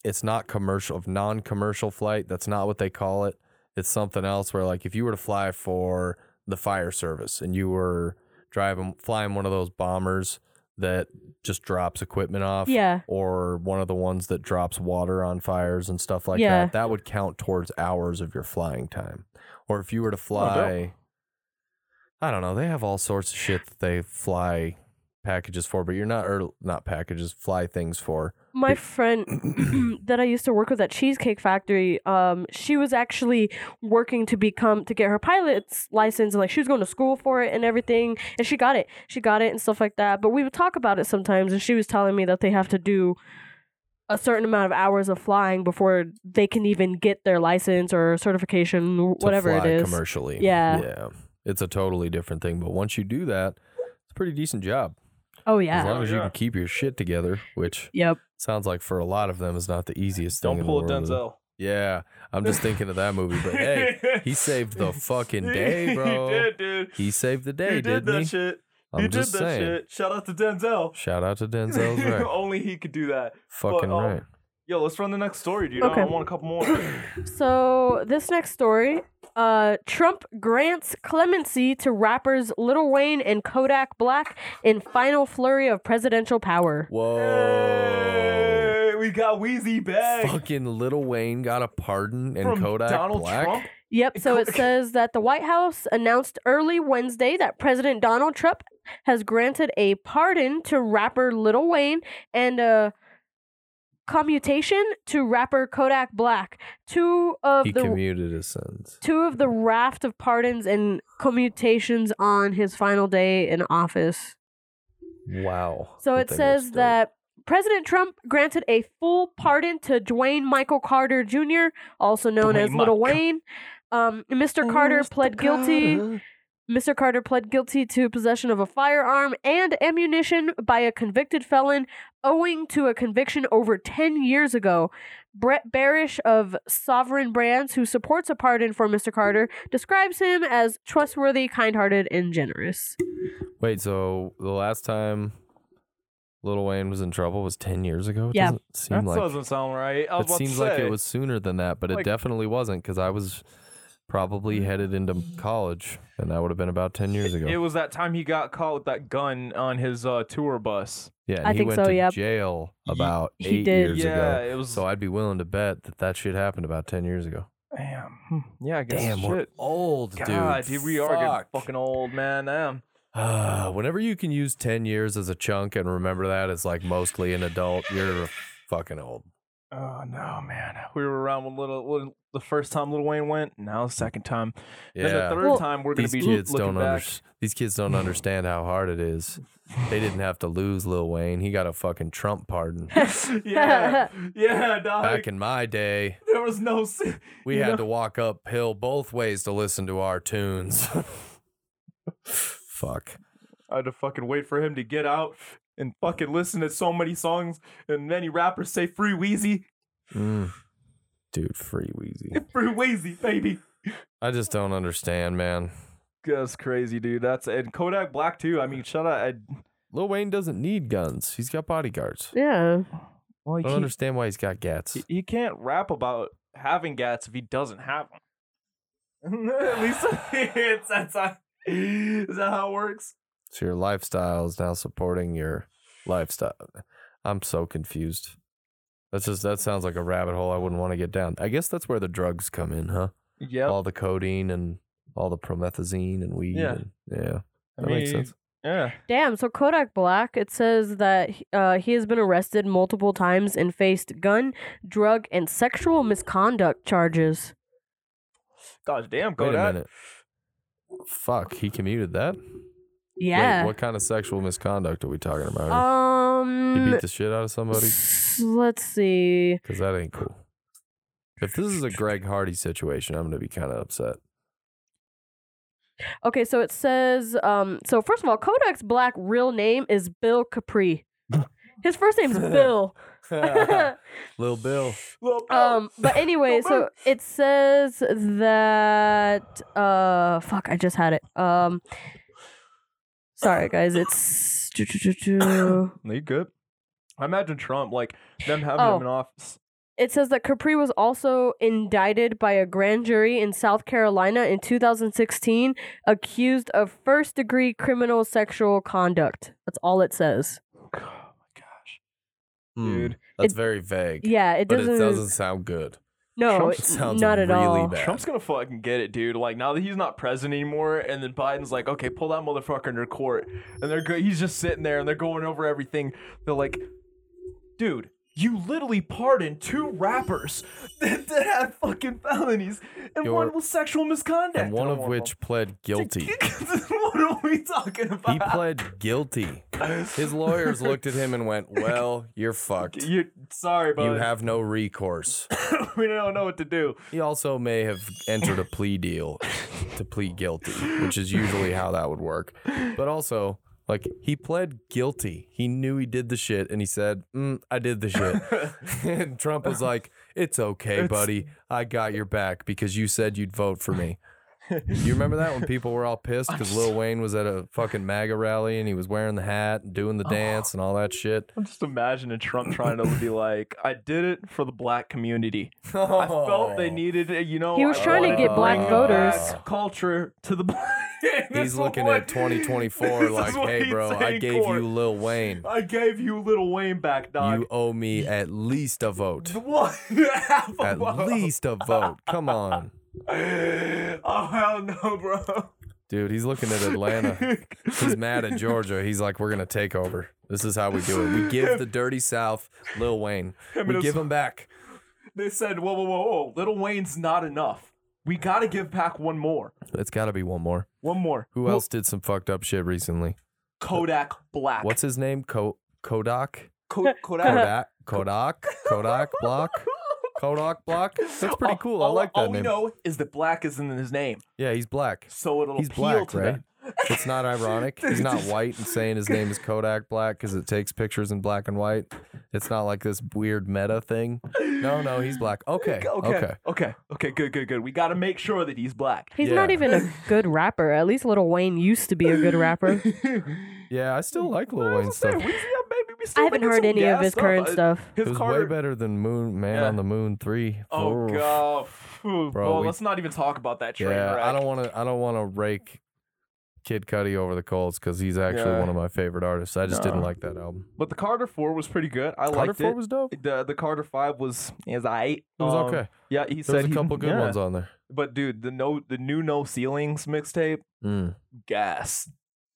E: it's not commercial of non-commercial flight. That's not what they call it. It's something else where like if you were to fly for the fire service and you were driving flying one of those bombers that just drops equipment off.
F: Yeah.
E: Or one of the ones that drops water on fires and stuff like
F: Yeah.
E: that. That would count towards hours of your flying time. Or if you
F: Oh,
E: were to
D: dope.
E: fly, I don't know. They have all sorts of shit that they fly packages for, but you're not or not packages, fly things for.
F: my friend that I used to work with at Cheesecake Factory, um, she was actually working to become to get her pilot's license. and Like she was going to school for it and everything, and she got it. She got it and stuff like that. But we would talk about it sometimes, and she was telling me that they have to do a certain amount of hours of flying before they can even get their license or certification,
E: to
F: whatever it
E: fly
F: is.
E: commercially.
F: Yeah.
E: Yeah. It's a totally different thing. But once you do that, it's a pretty decent job.
F: Oh
E: As
F: yeah.
E: long as you can keep your shit together, which
F: Yep.
E: sounds like for a lot of them is not the easiest thing.
D: Don't
E: in
D: pull a
E: the world.
D: Denzel.
E: Yeah. I'm just thinking of that movie. But hey, he saved the fucking day, bro.
D: he did, dude.
E: he saved the day,
D: he did
E: didn't
D: that
E: he?
D: shit.
E: I'm
D: he did
E: just
D: that
E: saying.
D: shit. Oh, Shout out to Denzel.
E: Shout out to Denzel's right.
D: Only he could do that.
E: fucking
D: But, um,
E: right.
D: Yo, let's run the next story, dude.
F: Okay.
D: I want a couple more.
F: So this next story, uh, Trump grants clemency to rappers Lil Wayne and Kodak Black in final flurry of presidential power.
E: Whoa.
D: hey, we got Wheezy back
E: Fucking Little Wayne got a pardon and
D: from
E: Kodak
D: Donald
E: Black.
D: Trump.
F: Yep. So it
D: Kodak-
F: says that the White House announced early Wednesday that President Donald Trump has granted a pardon to rapper Lil Wayne and a commutation to rapper Kodak Black. Two of
E: He
F: the
E: commuted his sins.
F: two of the raft of pardons and commutations on his final day in office.
E: Wow.
F: So
E: That
F: it
E: thing
F: says
E: looks dope.
F: that President Trump granted a full pardon to Dwayne Michael Carter Jr., also known
D: Dwayne
F: as Little
D: Michael.
F: Wayne. Um, Mr. Carter pled guilty. Mr. Carter pled guilty to possession of a firearm and ammunition by a convicted felon owing to a conviction over 10 years ago. Brett Barish of Sovereign Brands, who supports a pardon for Mr. Carter, describes him as trustworthy, kind hearted, and generous.
E: Wait, so the last time Little Wayne was in trouble was 10 years ago? It
F: Yeah.
E: doesn't seem
D: That
E: like
D: doesn't sound right. I was
E: it
D: about to
E: seems like
D: say.
E: it was sooner than that, but it
D: Like-
E: definitely wasn't because I was probably headed into college, and that would have been about ten years ago.
D: It was that time he got caught with that gun on his uh, tour bus.
E: yeah, and
F: I
E: he
F: think
E: went
F: so,
E: to
F: yep.
E: jail
D: Ye-
E: about
F: he
E: eight
F: did.
E: years
D: yeah,
E: ago.
D: it was.
E: So I'd be willing to bet that that shit happened about ten years ago.
D: damn. Hmm. Yeah, I guess
E: Damn,
D: shit.
E: we're old,
D: God, dude, we are
E: Fuck.
D: getting fucking old, man. Damn.
E: Ah, whenever you can use ten years as a chunk and remember that as like mostly an adult, you're fucking old.
D: Oh no, man. We were around when little when the first time Little Wayne went. Now the second time. Then the
E: Yeah.
D: third
F: Well,
D: time we're gonna
E: these
D: be
E: kids
D: looking
E: don't
D: back.
E: understand. These kids don't understand how hard it is. They didn't have to lose Lil Wayne. He got a fucking Trump pardon.
D: yeah, yeah, dog.
E: Back in my day,
D: There was no. si-
E: we
D: you
E: had
D: know?
E: to walk uphill both ways to listen to our tunes. Fuck.
D: I had to fucking wait for him to get out and fucking listen to so many songs and many rappers say "Free Wheezy,
E: Mm. Dude, free Wheezy.
D: Free Wheezy, baby."
E: I just don't understand, man.
D: That's crazy, dude. That's and Kodak Black too. I mean, shut up. I,
E: Lil Wayne doesn't need guns. He's got bodyguards.
F: Yeah.
D: well,
E: I
D: he
E: don't
D: can't,
E: understand why he's got gats.
D: he- he can't rap about having gats if he doesn't have them. At least it's, that's how, is that how it works?
E: So your lifestyle is now supporting your lifestyle. I'm so confused. That's just that sounds like a rabbit hole I wouldn't want to get down. I guess that's where the drugs come in, huh?
D: Yep.
E: All the codeine and all the promethazine and weed.
D: Yeah.
E: and- yeah.
D: I
E: That makes
D: mean,
E: sense.
D: Yeah.
F: Damn, so Kodak Black, it says that uh, he has been arrested multiple times and faced gun, drug, and sexual misconduct charges.
D: God damn,
E: Wait a
D: Kodak.
E: minute. Fuck, he commuted that?
F: Yeah.
E: Wait, what kind of sexual misconduct are we talking about? here? he
F: um,
E: beat the shit out of somebody?
F: s- let's see.
E: Because that ain't cool. If this is a Greg Hardy situation, I'm gonna be kind of upset.
F: Okay, so it says, um, so first of all, Kodak's Black real name is Bill Capri. His first name's Bill.
E: Lil Bill.
D: Little bro.
E: Oh,
F: Um, but anyway, so it says that uh, fuck, I just had it. Um, sorry guys, it's
D: you good? I imagine Trump, like them having
F: Oh.
D: him in office.
F: it says that Capri was also indicted by a grand jury in South Carolina in 2016, accused of first degree criminal sexual conduct. That's all it says.
D: dude.
E: Mm, That's
F: It-
E: very vague.
F: Yeah, it
E: but
F: doesn't.
E: it doesn't sound good.
F: no,
D: Trump
F: it-
E: sounds
F: not at
E: really
F: all.
E: bad.
D: Trump's gonna fucking get it, dude. Like now that he's not president anymore, and then Biden's like, okay, pull that motherfucker into court, and they're go- he's just sitting there and they're going over everything. They're like, dude, you literally pardoned two rappers that, that had fucking felonies, and
E: You're-
D: one was sexual misconduct,
E: And one
D: I'm
E: of
D: like,
E: which pled guilty.
D: what are we talking about?
E: He pled guilty. His lawyers looked at him and went, Well, you're fucked. You
D: you sorry, but
E: have no recourse.
D: we don't know what to do.
E: He also may have entered a plea deal to plead guilty, which is usually how that would work. But also, like, he pled guilty. He knew he did the shit and he said, mm, I did the shit. and Trump was like, It's okay, buddy. I got your back because you said you'd vote for me. You remember that when people were all pissed because Lil Wayne was at a fucking MAGA rally and he was wearing the hat and doing the
D: Oh.
E: dance and all that shit?
D: I'm just imagining Trump trying to be like, I did it for the black community. I felt
E: Oh.
D: they needed, it, you know.
F: He was
D: I
F: trying to
D: wanted
F: get black
D: bring
F: voters.
D: black culture to the black. This
E: He's
D: is
E: looking
D: what-
E: at 2024
D: this is
E: like,
D: what
E: hey,
D: he'd
E: bro,
D: say
E: I
D: in
E: gave
D: court.
E: you Lil Wayne.
D: I gave you little Wayne back, dog.
E: You owe me at least a vote.
D: what? Half a
E: At
D: vote.
E: least a vote. Come on.
D: Oh hell no, bro.
E: Dude, he's looking at Atlanta. He's mad at Georgia. He's like, we're going to take over. This is how we do it. We give the dirty South Lil Wayne.
D: Him
E: We
D: and
E: give
D: his-
E: him back.
D: They said, whoa, whoa, whoa, whoa, little Wayne's not enough. We gotta give back one more.
E: It's got to be one more.
D: One more.
E: Who else did some fucked up shit recently?
D: Kodak Black.
E: What's his name? Ko- Kodak?
D: Ko- Kodak?
E: Kodak? Kodak? Kodak Block? Kodak Block? That's pretty cool. I
D: All-
E: like
D: All
E: that
D: Oh, we
E: name.
D: know is that black is in his name,
E: Yeah, he's black.
D: so it'll
E: He's
D: appeal
E: black,
D: to
E: right?
D: them.
E: It's not ironic. He's not white and saying his name is Kodak Black because it takes pictures in black and white. It's not like this weird meta thing. No, no, he's black. Okay. Okay.
D: Okay, okay, okay, good, good, good. We got to make sure that he's black.
F: He's not
E: Yeah.
F: even a good rapper. At least Little Wayne used to be a good rapper.
E: Yeah, I still like Lil Wayne
D: That's what I'm
E: stuff.
D: saying. We- yeah, baby, we
F: I
D: still
F: haven't
D: making
F: heard
D: some
F: any of
D: gas
F: his current
D: Uh,
F: stuff.
E: It
D: His
E: was
D: Carter.
E: way better than Moon Man
D: Yeah.
E: on the Moon 3.
D: Oh
E: Oof.
D: god, Phew,
E: Bro,
D: well,
E: we-
D: let's not even talk about that train
E: Yeah,
D: wreck.
E: I don't want to I don't want to rake Kid Cudi over the coals cuz he's actually
D: Yeah.
E: one of my favorite artists. I just didn't
D: No.
E: like that album.
D: But the Carter Four was pretty good. I
E: Carter
D: liked
E: 4
D: it.
E: was dope. It
D: the the Carter Five was is I. It
E: was okay.
D: Yeah, he
E: There
D: said
E: was a
D: he-
E: couple good
D: yeah.
E: ones on there.
D: But dude, the no the new No Ceilings mixtape,
E: Mm.
D: gas.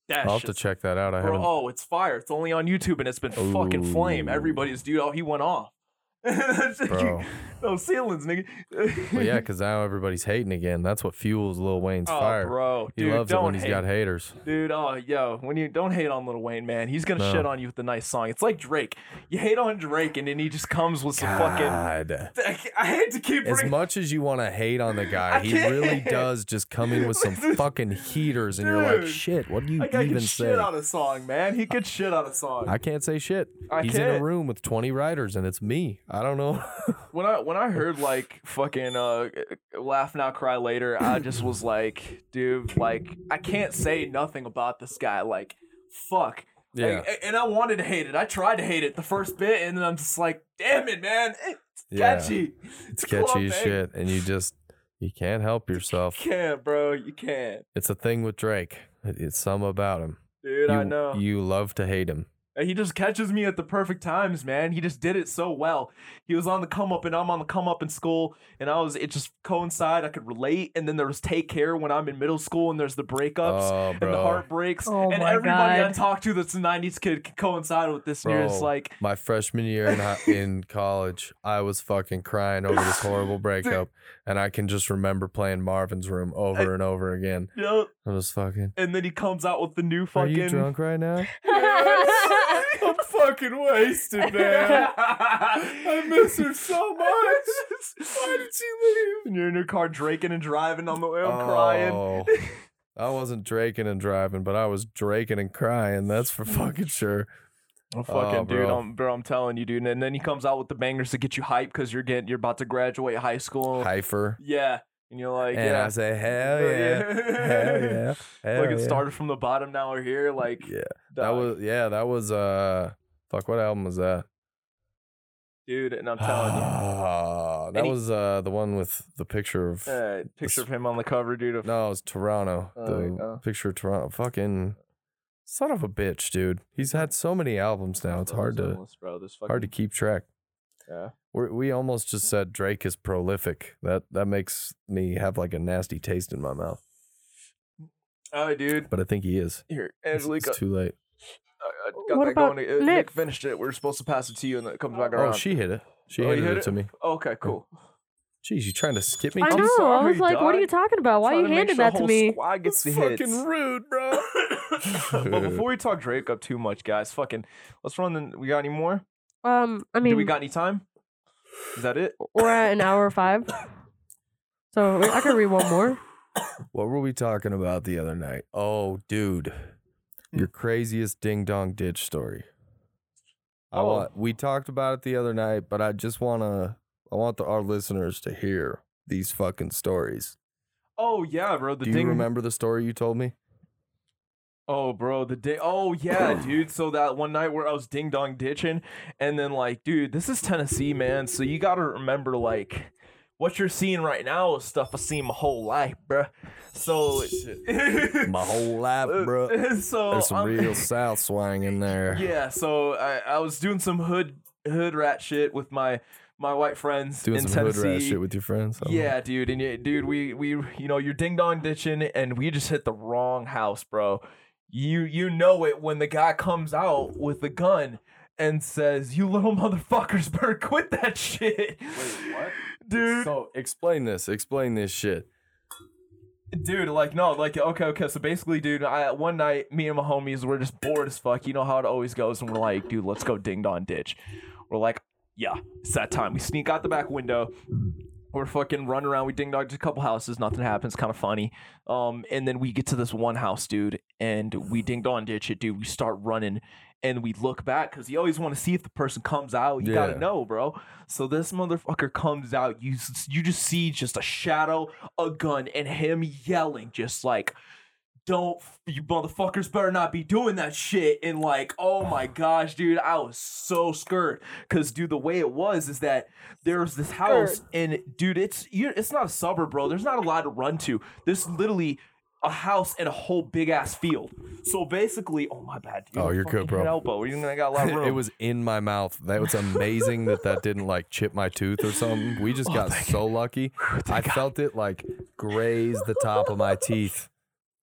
D: That
E: I'll have to
D: shit's
E: check that out. I
D: Bro,
E: haven't
D: oh, it's fire. It's only on YouTube and it's been fucking flame.
E: Ooh.
D: Everybody's dude, oh, he went off. That's like,
E: Bro.
D: No ceilings, nigga.
E: Well, yeah, because now everybody's hating again. That's what fuels Lil Wayne's
D: oh,
E: fire.
D: bro.
E: He
D: Dude,
E: loves it
D: don't
E: when he's
D: hate.
E: got haters.
D: Dude, oh, yo, when you don't hate on Lil Wayne, man, he's gonna
E: No.
D: shit on you with a nice song. It's like Drake. You hate on Drake, and then he just comes with some fucking. I hate to keep
E: As
D: bringing.
E: much as you want to hate on the guy,
D: I
E: he really
D: can't.
E: does just come in with some fucking heaters, and you're like,
D: Dude.
E: shit, what do you
D: Like, I
E: even
D: can
E: say?
D: shit on a song, man. He could shit on a song.
E: I can't say shit.
D: I
E: he's in a
D: can't.
E: room with 20 writers, and it's me. I don't know.
D: when I when I heard like fucking uh, laugh now cry later, I just was like, dude, like I can't say nothing about this guy. Like, fuck.
E: Yeah.
D: And, and I wanted to hate it. I tried to hate it the first bit, and then I'm just like, damn it, man. It's
E: Yeah.
D: catchy.
E: it's
D: cool,
E: catchy as
D: man.
E: shit, and you just you can't help yourself.
D: You can't, bro. You can't,
E: It's a thing with Drake. It- It's some about him.
D: dude. I
E: You-
D: know.
E: You love to hate him.
D: And he just catches me at the perfect times, man. He just did it so well. He was on the come up, and I'm on the come up in school, and I was it just coincided. I could relate, and then there was take care when I'm in middle school, and there's the breakups
E: Oh,
D: and the
E: bro.
D: heartbreaks,
F: Oh
D: and
F: my
D: everybody I
F: God.
D: talk to that's a '90s kid can coincide with this. And you're just
E: Bro,
D: like,
E: my freshman year in, hi- in college, I was fucking crying over this horrible breakup, and I can just remember playing Marvin's Room over and over again.
D: yep.
E: I was fucking.
D: And then he comes out with the new
E: Are
D: fucking.
E: you drunk right now?
D: I'm fucking wasted, man. I miss her so much. Why did she leave? And you're in your car drinking and driving on the way. I'm crying.
E: Oh, I wasn't drinking and driving, but I was drinking and crying. That's for fucking sure.
D: I'm fucking
E: Oh,
D: dude,
E: bro.
D: I'm, bro, I'm telling you, dude. And then he comes out with the bangers to get you hyped because you're getting, you're about to graduate high school.
E: Heifer.
D: Yeah, and you're Oh, like,
E: And
D: yeah,
E: I say, hell yeah. Hell yeah. Hell
D: Like it
E: yeah.
D: started from the bottom. Now we're here. Like
E: Yeah. That
D: dog,
E: was, yeah, that was, uh, fuck, what album was that?
D: dude, and I'm telling you. uh,
E: Ah, that
D: Any-
E: was uh, the one with the picture of.
D: Uh, picture of him on the cover, dude. Of
E: no, it was Toronto.
D: Oh,
E: the
D: oh.
E: picture of Toronto. Fucking Son of a bitch, dude. He's had so many albums now. It's hard to
D: Illness, bro. This fucking,
E: hard to keep track.
D: Yeah.
E: We're, we almost just said Drake is prolific. That that makes me have like a nasty taste in my mouth.
D: Oh, dude.
E: But I think he is.
D: Here,
E: It's, it's
D: Angelica. uh,
E: too late.
D: I, I got
F: What
D: that
F: about
D: going. Uh, Nick?
F: Nick?
D: finished it. We're supposed to pass it to you, and it comes back
E: Oh,
D: around.
E: she hit it. She
D: Oh, you
E: handed
D: hit
E: it,
D: it?
E: to me.
D: Oh, okay, cool.
E: Jeez, you trying to skip me?
F: I
E: too?
F: know. I
D: sorry,
F: was like, what are
D: dog.
F: you talking about? Why
D: Trying
F: you
D: to make
F: handed
D: sure
F: that
D: the
F: to
D: whole
F: me?
D: Squad gets the
E: fucking
D: hits.
E: rude, bro.
D: but before we talk Drake up too much, guys, fucking, let's run. The, we got any more?
F: Um, I mean,
D: Do we got any time? Is that it?
F: we're at an hour five, so I can read one more.
E: What were we talking about the other night? Oh, dude, your
D: Mm.
E: craziest ding dong ditch story. I
D: Oh.
E: want. We talked about it the other night, but I just wanna. I want the, our listeners to hear these fucking stories.
D: Oh yeah, bro. The
E: Do you
D: ding.
E: remember the story you told me?
D: Oh, bro, the day. Oh, yeah, dude. So that one night where I was ding dong ditching, and then like, dude, this is Tennessee, man. So you gotta remember, like, what you're seeing right now is stuff I've seen my whole life, bruh. So,
E: My whole life, bro.
D: so
E: There's some
D: Oh, I'm-
E: real south swang in there.
D: Yeah. So I, I was doing some hood hood rat shit with my my white friends
E: Doing
D: in
E: some
D: Tennessee.
E: hood rat shit with your friends. I don't know.
D: Yeah, dude, and yeah, dude, we we you know you're ding dong ditching, and we just hit the wrong house, bro. You you know it when the guy comes out with the gun and says, "You little motherfuckers, better quit that shit." Wait, what, dude?
E: So explain this. Explain this shit.
D: dude like no like okay okay so basically dude i one night me and my homies were just bored as fuck you know how it always goes and we're like dude let's go ding dong ditch we're like yeah it's that time we sneak out the back window we're fucking running around we ding dong to a couple houses nothing happens kind of funny um and then we get to this one house dude and we ding dong ditch it dude we start running and we look back because you always want to see if the person comes out. You
E: Yeah.
D: gotta know, bro. So this motherfucker comes out. You s- you just see just a shadow, a gun, and him yelling, just like, "Don't f- you motherfuckers better not be doing that shit." And like, oh my gosh, dude, I was so scared because dude, the way it was is that there's this house, and dude, it's you, it's not a suburb, bro. There's not a lot to run to. This literally. A house and a whole big ass field. So basically, oh my bad. Dude,
E: Oh, you're good,
D: fucking
E: bro.
D: Elbow. You I got a lot of room.
E: it was in my mouth. That was amazing that that didn't like chip my tooth or something. We
D: Oh,
E: just got so lucky. I felt it like graze the top of my teeth.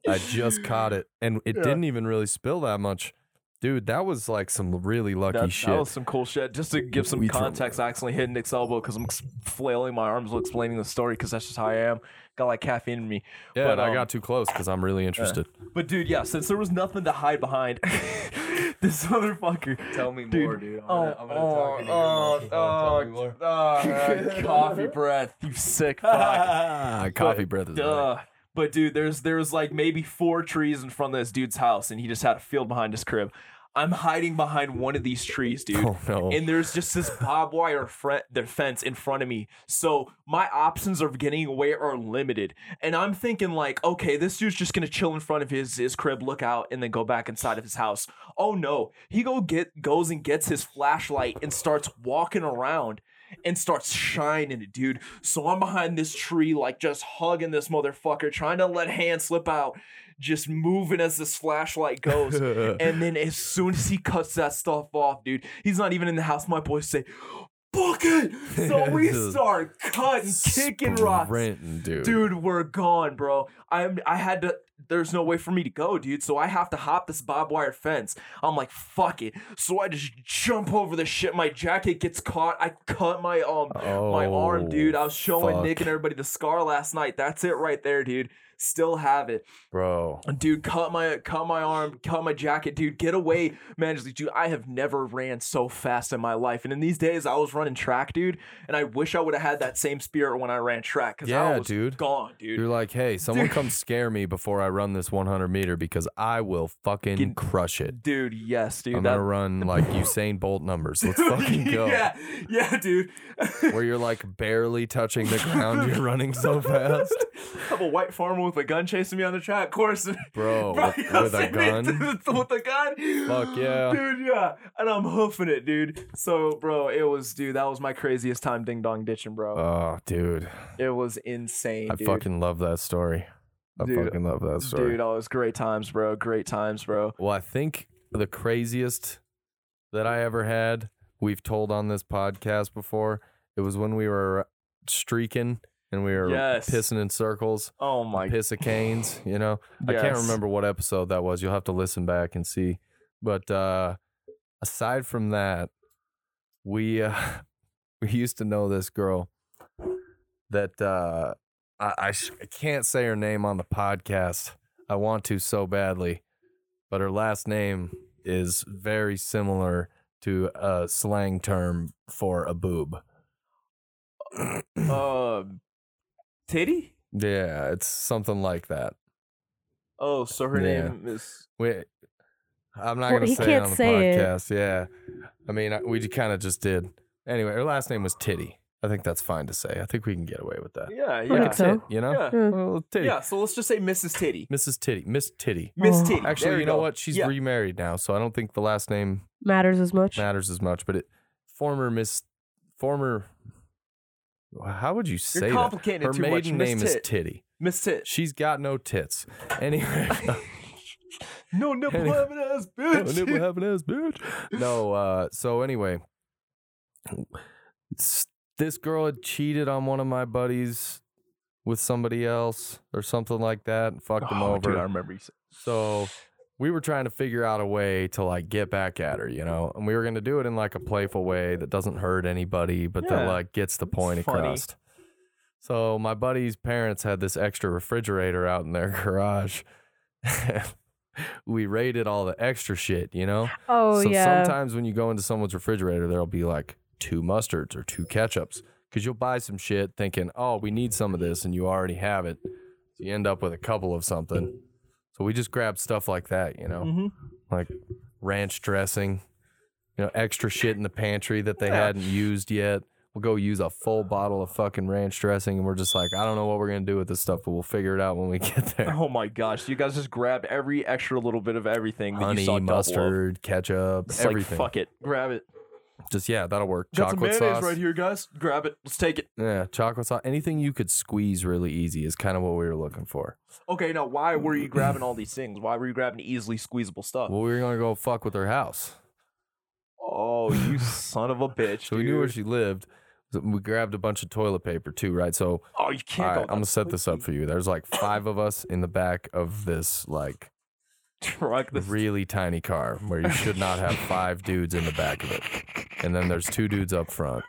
E: I just caught it, and it didn't even really spill that much, dude. That was like some really lucky
D: That, that
E: shit.
D: was some cool shit. Just to give some
E: We drove
D: context, I accidentally hit Nick's elbow because I'm ex- flailing my arms while explaining the story because that's just how I am. Got like caffeine in me.
E: yeah,
D: but,
E: and I
D: um,
E: got too close because I'm really interested.
D: But dude, yeah, since there was nothing to hide behind, this motherfucker. Tell me more, dude. Oh, I'm gonna, talk to you. Oh, coffee breath, you sick fuck.
E: Ah, coffee breath is right.
D: Duh. But dude, there's there's like maybe four trees in front of this dude's house, and he just had a field behind his crib. I'm hiding behind one of these trees, dude.
E: Oh, no.
D: And there's just this barbed wire fre- the fence in front of me. So my options of getting away are limited. And I'm thinking like, okay, this dude's just gonna chill in front of his his crib, look out, and then go back inside of his house. Oh no, he go get goes and gets his flashlight and starts walking around and starts shining it, dude. So I'm behind this tree, like just hugging this motherfucker, trying to let hand slip out, just moving as this flashlight goes. and then as soon as he cuts that stuff off, dude, he's not even in the house. My boys say, "Fuck it!" So we start cutting, kicking rocks
E: Sprinting, dude.
D: dude we're gone bro i'm i had to there's no way for me to go dude so i have to hop this barbed wire fence i'm like fuck it so i just jump over the shit my jacket gets caught i cut my um my arm
E: Oh,
D: dude i was showing nick
E: fuck.
D: and everybody the scar last night that's it right there dude still have it
E: bro.
D: dude cut my cut my arm cut my jacket dude get away man just like, dude i have never ran so fast in my life and in these days i was running track dude and i wish i would have had that same spirit when i ran track because
E: Yeah,
D: i was
E: dude.
D: gone dude
E: You're like, hey, someone come scare me before I run this 100 meter because I will fucking
D: Get-
E: crush it.
D: Dude, yes, dude.
E: I'm
D: that-
E: gonna run like Usain Bolt numbers. Let's fucking go.
D: yeah, yeah, dude. I
E: Where you're like barely touching the ground, you're running so fast,
D: have a white farmer with a gun chasing me on the track. Of course,
E: bro.
D: Bro,
E: with,
D: y'all
E: with a
D: seen me
E: gun.
D: with a gun.
E: Fuck yeah.
D: dude. Yeah, and I'm hoofing it, dude. So, bro, it was, dude. That was my craziest time, ding dong ditching, bro.
E: Oh, dude,
D: it was insane.
E: I
D: dude.
E: fucking love that story. I
D: Dude,
E: fucking love that story.
D: Dude, oh, it was great times, bro. Great times, bro.
E: Well, I think the craziest that I ever had, we've told on this podcast before. It was when we were uh, streaking and we were
D: Yes.
E: pissing in circles,
D: Oh my
E: piss of canes, you know. I can't
D: Yes.
E: remember what episode that was. You'll have to listen back and see. But uh aside from that, we uh we used to know this girl that uh I I, sh- I can't say her name on the podcast. I want to so badly, but her last name is very similar to a slang term for a boob.
D: uh, titty.
E: Yeah, it's something like that.
D: Oh, so her
E: Yeah.
D: name is
E: Wait, I'm not
F: Well,
E: gonna
F: he
E: say it
F: can't
E: on the
F: say it.
E: podcast. Yeah, I mean, I, we kind of just did. Anyway, her last name was Titty. I think that's fine to say. I think we can get away with that.
D: yeah,
F: I
D: yeah,
F: think so. Hmm.
E: You know,
D: Yeah.
E: Well, little Titty,
D: yeah. So let's just say Mrs. Titty,
E: Mrs. Titty, Miss Titty.
D: Miss
F: Oh.
D: Titty.
E: Actually,
D: There
E: you know
D: go.
E: what? She's
D: yeah.
E: remarried now, so I don't think the last name
F: Matters as much.
E: matters as much. But it, former Miss, former. How would you say that?
D: complicating it
E: Her
D: too much,
E: maiden
D: Miss
E: name is
D: Tit.
E: Titty.
D: Miss Tit.
E: She's got no tits. Anyway.
D: No nipple
E: Anyway.
D: having ass
E: Oh,
D: bitch.
E: nipple having ass bitch. No, uh, so anyway, s- this girl had cheated on one of my buddies with somebody else or something like that and fucked him
D: Oh, dude, I
E: over.
D: remember you said.
E: So we were trying to figure out a way to like get back at her, you know, and we were going to do it in like a playful way that doesn't hurt anybody, but that
D: Yeah.
E: like gets the point
D: funny.
E: across. So my buddy's parents had this extra refrigerator out in their garage. we raided all the extra shit, you know?
F: Oh
E: so
F: yeah.
E: sometimes when you go into someone's refrigerator, there'll be like two mustards or two ketchups because you'll buy some shit thinking, oh, we need some of this, and you already have it. So you end up with a couple of something. So we just grab stuff like that, you know,
D: Mhm.
E: like ranch dressing, you know, extra shit in the pantry that they
D: Yeah.
E: hadn't used yet. We'll go use a full bottle of fucking ranch dressing, and we're just like, I don't know what we're gonna do with this stuff, but we'll figure it out when we get there.
D: Oh my gosh, you guys just grabbed every extra little bit of everything that you
E: Honey,
D: saw double of.
E: mustard, ketchup,
D: It's like
E: everything.
D: fuck it, grab it.
E: Just yeah, that'll work.
D: Got some
E: Chocolate
D: mayonnaise
E: sauce.
D: right here, guys. Grab it. Let's take it.
E: Yeah, chocolate sauce. Anything you could squeeze really easy is kind of what we were looking for.
D: Okay, now why were you grabbing all these things? Why were you grabbing easily squeezable stuff?
E: Well, we were gonna go fuck with her house,
D: Oh, you son of a bitch!
E: so we knew where
D: dude.
E: she lived. So we grabbed a bunch of toilet paper too, right? So
D: Oh, you
E: all
D: can't
E: right,
D: go.
E: I'm gonna set this up for you. There's like five of us in the back of this like
D: Truck this.
E: really tiny car where you should not have five dudes in the back of it, and then there's two dudes up front,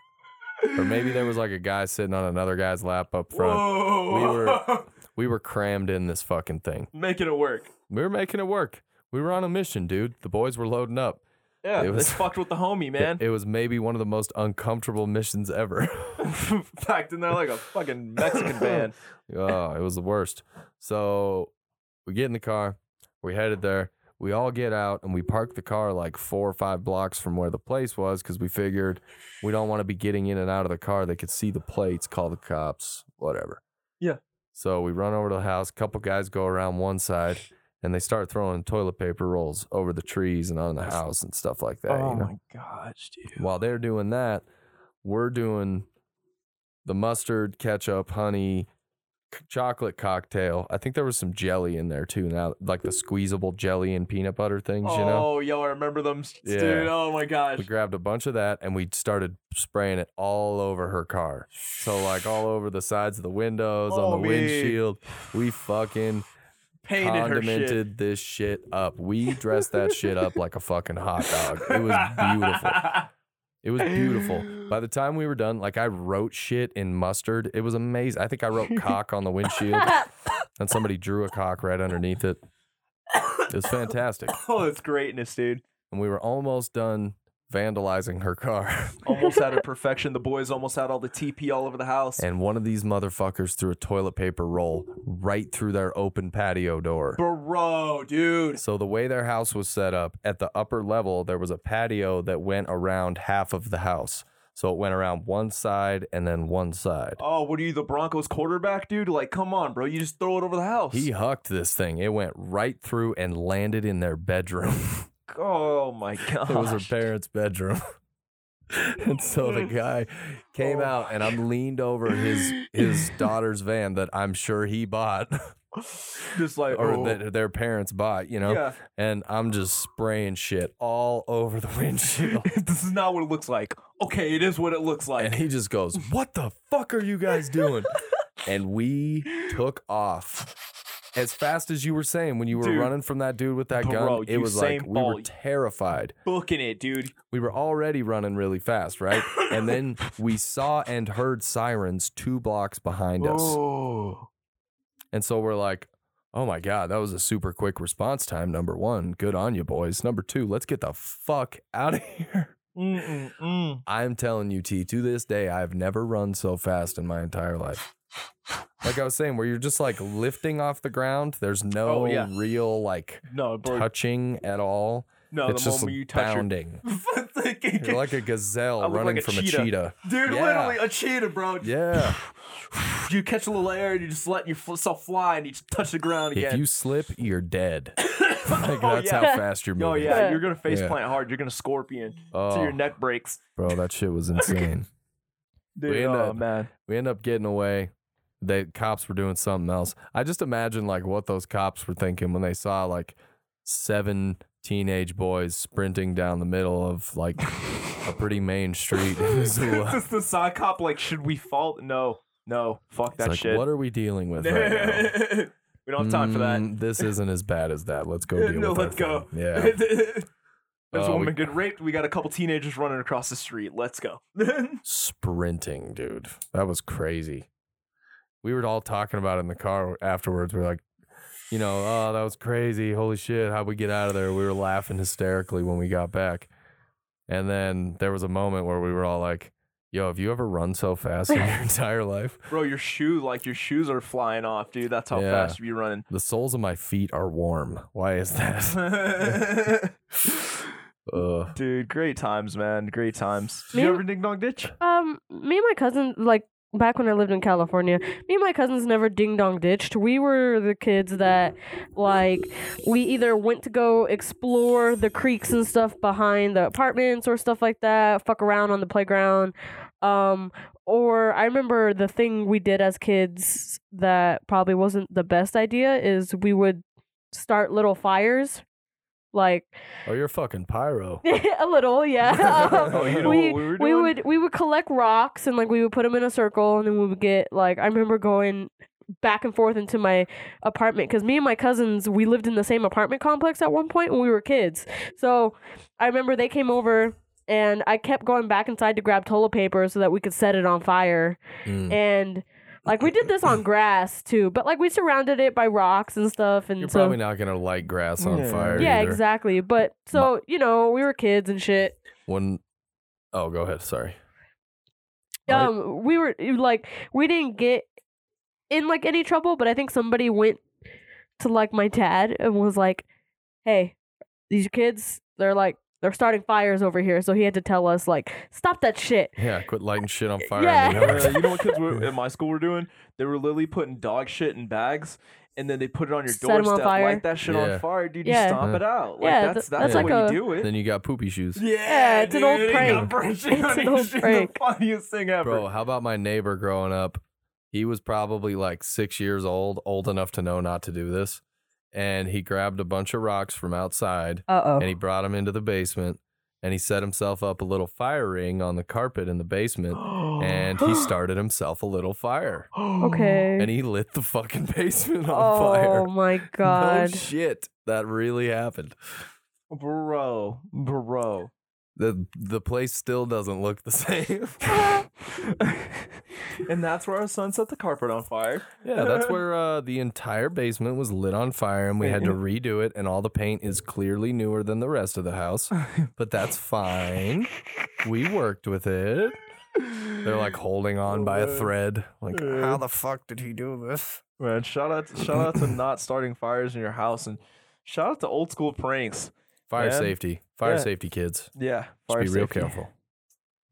E: or maybe there was like a guy sitting on another guy's lap up front.
D: Whoa!
E: We were- We were crammed in this fucking thing.
D: making it work.
E: We were making it work. We were on a mission, dude. The boys were loading up.
D: Yeah,
E: It
D: it
E: was-
D: fucked with the homie,
E: It-
D: man.
E: It, was maybe one of the most uncomfortable missions ever.
D: Packed in there like a fucking Mexican band.
E: oh, it was the worst. So we get in the car, we headed there, we all get out, and we park the car like four or five blocks from where the place was because we figured we don't want to be getting in and out of the car. They could see the plates, call the cops, whatever.
D: Yeah.
E: So we run over to the house. Couple guys go around one side, and they start throwing toilet paper rolls over the trees and on the house and stuff like that.
D: oh
E: you know?
D: my gosh, dude!
E: while they're doing that, we're doing the mustard, ketchup, honey, c- chocolate cocktail. I think there was some jelly in there too. Now, like the squeezable jelly and peanut butter things, you know.
D: Oh, yo, I remember them, s-
E: Yeah.
D: dude. Oh my gosh.
E: We grabbed a bunch of that and we started spraying it all over her car. So like all over the sides of the windows, on the
D: Homie.
E: windshield. We fucking
D: Painted her shit.
E: condimented this shit up. We dressed that shit up like a fucking hot dog. It was beautiful. It was beautiful. By the time we were done, like I wrote shit in mustard. It was amazing. I think I wrote cock on the windshield and somebody drew a cock right underneath it. It was fantastic.
D: oh, it's greatness, dude.
E: And we were almost done vandalizing her car.
D: Almost out of perfection. The boys almost had all the TP all over the house.
E: And one of these motherfuckers threw a toilet paper roll right through their open patio door.
D: Bro, dude.
E: So the way their house was set up, at the upper level there was a patio that went around half of the house. So it went around one side and then one side.
D: Oh, what are you, the Broncos quarterback, dude? Like, come on, bro. You just throw it over the house.
E: He hucked this thing. It went right through and landed in their bedroom.
D: oh my
E: it was her
D: gosh.
E: parents' bedroom. and so the guy
D: Oh,
E: came out and I'm leaned over his his daughter's van that I'm sure he bought
D: Just like,
E: or
D: oh.
E: that their parents bought, you know.
D: Yeah.
E: And I'm just spraying shit all over the windshield.
D: this is not what it looks like. Okay, it is what it looks like.
E: Oh. and he just goes, "What the fuck are you guys doing?" and we took off as fast as you were saying when you were
D: Dude.
E: running from that dude with that
D: Bro,
E: gun. It was like
D: Usain
E: we were
D: Bolt.
E: terrified.
D: Booking it, dude.
E: We were already running really fast, right? and then we saw and heard sirens two blocks behind us,
D: Oh.
E: and so we're like. Oh my God, that was a super quick response time. Number one, good on you, boys. Number two, let's get the fuck out of here.
D: Mm-mm, mm.
E: I'm telling you, T, to this day, I've never run so fast in my entire life. Like I was saying, where you're just like lifting off the ground, there's no
D: Oh, yeah.
E: real like
D: No, bro.
E: touching at all.
D: no,
E: it's
D: the
E: just
D: moment you touch your
E: bounding.
D: You're
E: You're like a gazelle
D: I look like
E: running
D: a
E: from
D: cheetah.
E: a cheetah.
D: dude,
E: Yeah.
D: literally a cheetah, bro.
E: Yeah.
D: You catch a little air and you just let yourself fly and you just touch the ground
E: if
D: again.
E: you slip, you're dead. like
D: Oh,
E: that's
D: yeah.
E: how fast you're moving.
D: oh yeah, you're gonna face
E: Yeah.
D: plant hard. You're gonna scorpion till
E: Oh,
D: your neck breaks.
E: bro, that shit was insane.
D: Dude,
E: end
D: oh
E: up-
D: man.
E: we end up getting away. The cops were doing something else. I just imagine like what those cops were thinking when they saw like seven teenage boys sprinting down the middle of like a pretty main street in Missoula.
D: This the side cop. Like, should we fault? No, no. Fuck
E: It's
D: that
E: like,
D: shit.
E: what are we dealing with
D: we
E: right now?
D: don't have time for that.
E: Mm, this isn't as bad as that. Let's go deal
D: no,
E: with our
D: let's go.
E: thing. Yeah.
D: There's
E: Oh,
D: a
E: we-
D: woman getting raped. We got a couple teenagers running across the street. Let's go.
E: sprinting, dude. That was crazy. We were all talking about it in the car afterwards. We are like, you know, oh, that was crazy. Holy shit, how'd we get out of there? We were laughing hysterically when we got back. And then there was a moment where we were all like, yo, have you ever run so fast in your entire life?
D: Bro, your shoe, like your shoes are flying off, dude. That's how
E: Yeah.
D: fast you be running.
E: The soles of my feet are warm. Why is that? Ugh.
D: dude, great times, man. Great times. Did
F: Me-
D: you ever ding dong ditch?
F: Um, me and my cousin, like back when I lived in California, me and my cousins never ding dong ditched. We were the kids that, like, we either went to go explore the creeks and stuff behind the apartments or stuff like that, fuck around on the playground. Um, or I remember the thing we did as kids that probably wasn't the best idea is we would start little fires. Like
E: Oh, you're fucking pyro.
F: a little, yeah. Um,
D: Oh, you know
F: we,
D: what we were
F: we
D: doing?
F: would we would collect rocks and like we would put them in a circle and then we would get like I remember going back and forth into my apartment because me and my cousins we lived in the same apartment complex at one point when we were kids. So I remember they came over and I kept going back inside to grab toilet paper so that we could set it on fire
E: Mm.
F: and. Like we did this on grass too, but like we surrounded it by rocks and stuff, and
E: You're
F: so
E: probably not going to light grass on
D: Yeah.
E: fire.
F: yeah,
E: either.
F: exactly. But so you know, we were kids and shit.
E: When, oh, go ahead. Sorry. Right.
F: um we were like we didn't get in like any trouble but i think somebody went to like my dad and was like hey these kids they're like they're starting fires over here so he had to tell us like stop that shit
E: Yeah, quit lighting shit on fire.
F: Yeah.
E: In the yard.
D: Uh, you know what kids were, at my school were doing? They were literally putting dog shit in bags. And then they put it on your
F: Set 'em on
D: doorstep,
F: fire.
D: light that shit
E: Yeah.
D: on fire, dude.
F: Yeah.
D: You stomp it out. Like
F: Yeah,
D: that's
F: th-
D: that's,
E: that's
D: the
E: like
D: way
F: a-
D: you do it.
E: Then you got poopy shoes.
F: Yeah, it's an old
D: dude, you gotta
F: prank.
D: brush it
F: It's
D: on
F: an
D: your
F: old
D: shit,
F: prank.
D: The funniest thing ever.
E: Bro, how about my neighbor growing up? He was probably like six years old, old enough to know not to do this. And he grabbed a bunch of rocks from outside
F: uh-oh
E: and he brought them into the basement and he set himself up a little fire ring on the carpet in the basement and he started himself a little fire
F: okay
E: and he lit the fucking basement on
F: oh
E: fire.
F: my
E: No
F: god
E: shit. That really happened.
D: bro, bro.
E: The the place still doesn't look the same.
D: and that's where our son set the carpet on fire.
E: Yeah, that's where uh, the entire basement was lit on fire and we had to redo it, and all the paint is clearly newer than the rest of the house. But that's fine. We worked with it. They're like holding on
D: Oh,
E: by a thread. Like, how the fuck did he do this?
D: Man, shout out, shout out to not starting fires in your house, and shout out to old school pranks.
E: Fire
D: Man.
E: safety. Fire
D: Yeah.
E: safety, kids.
D: Yeah,
E: Just
D: fire
E: be real
D: safety.
E: careful.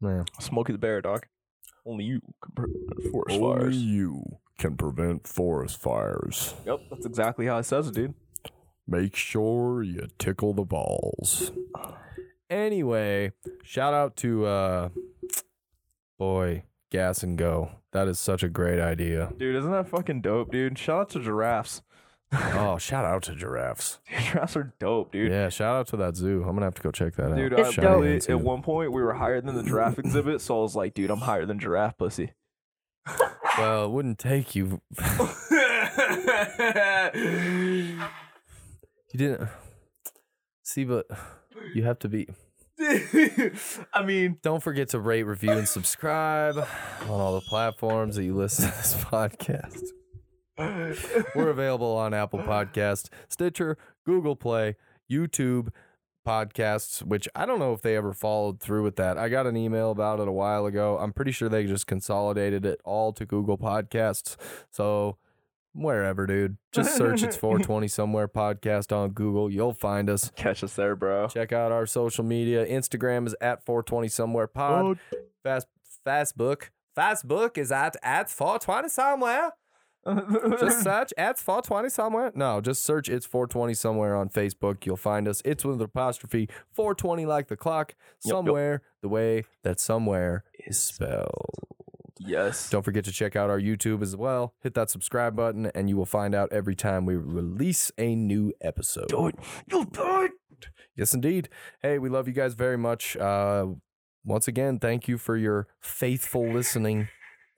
E: Yeah.
D: Smokey the Bear, dog. Only you can prevent forest fires.
E: you can prevent forest fires.
D: Yep, that's exactly how it says it, dude.
E: Make sure you tickle the balls. Anyway, shout out to uh boy, gas and go. That is such a great idea.
D: Dude, isn't that fucking dope, dude? Shout out to giraffes.
E: Oh, shout out to giraffes.
D: giraffes are dope, dude.
E: Yeah, shout out to that zoo. I'm gonna have to go check that
D: Dude,
E: out.
D: I
F: It's
E: Shout out
F: dope.
D: literally-
E: to
D: at
E: the zoo.
D: one point we were higher than the giraffe exhibit, so I was like, dude, I'm higher than giraffe pussy.
E: Well, it wouldn't take you. you didn't see, but you have to be.
D: I mean,
E: Don't forget to rate, review, and subscribe on all the platforms that you listen to this podcast. We're available on Apple Podcasts, Stitcher, Google Play, YouTube podcasts, which I don't know if they ever followed through with that. I got an email about it a while ago. I'm pretty sure they just consolidated it all to Google Podcasts. So wherever, dude, just search it's 420 somewhere podcast on Google. You'll find us.
D: catch us there, bro.
E: Check out our social media. Instagram is at 420 somewhere pod. Fast Facebook. Facebook is at at 420 somewhere. Just search at 420 somewhere. No, just search it's 420 somewhere on Facebook. You'll find us. It's with an apostrophe 420 like the clock
D: yep.
E: somewhere the way that somewhere is spelled.
D: yes.
E: Don't forget to check out our YouTube as well. Hit that subscribe button and you will find out every time we release a new episode.
D: do it. You do it.
E: Yes, indeed. Hey, we love you guys very much. Uh, once again, thank you for your faithful listening,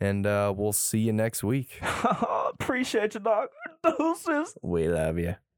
E: and uh, we'll see you next week.
D: Appreciate you, dog. Deuces.
E: We love you.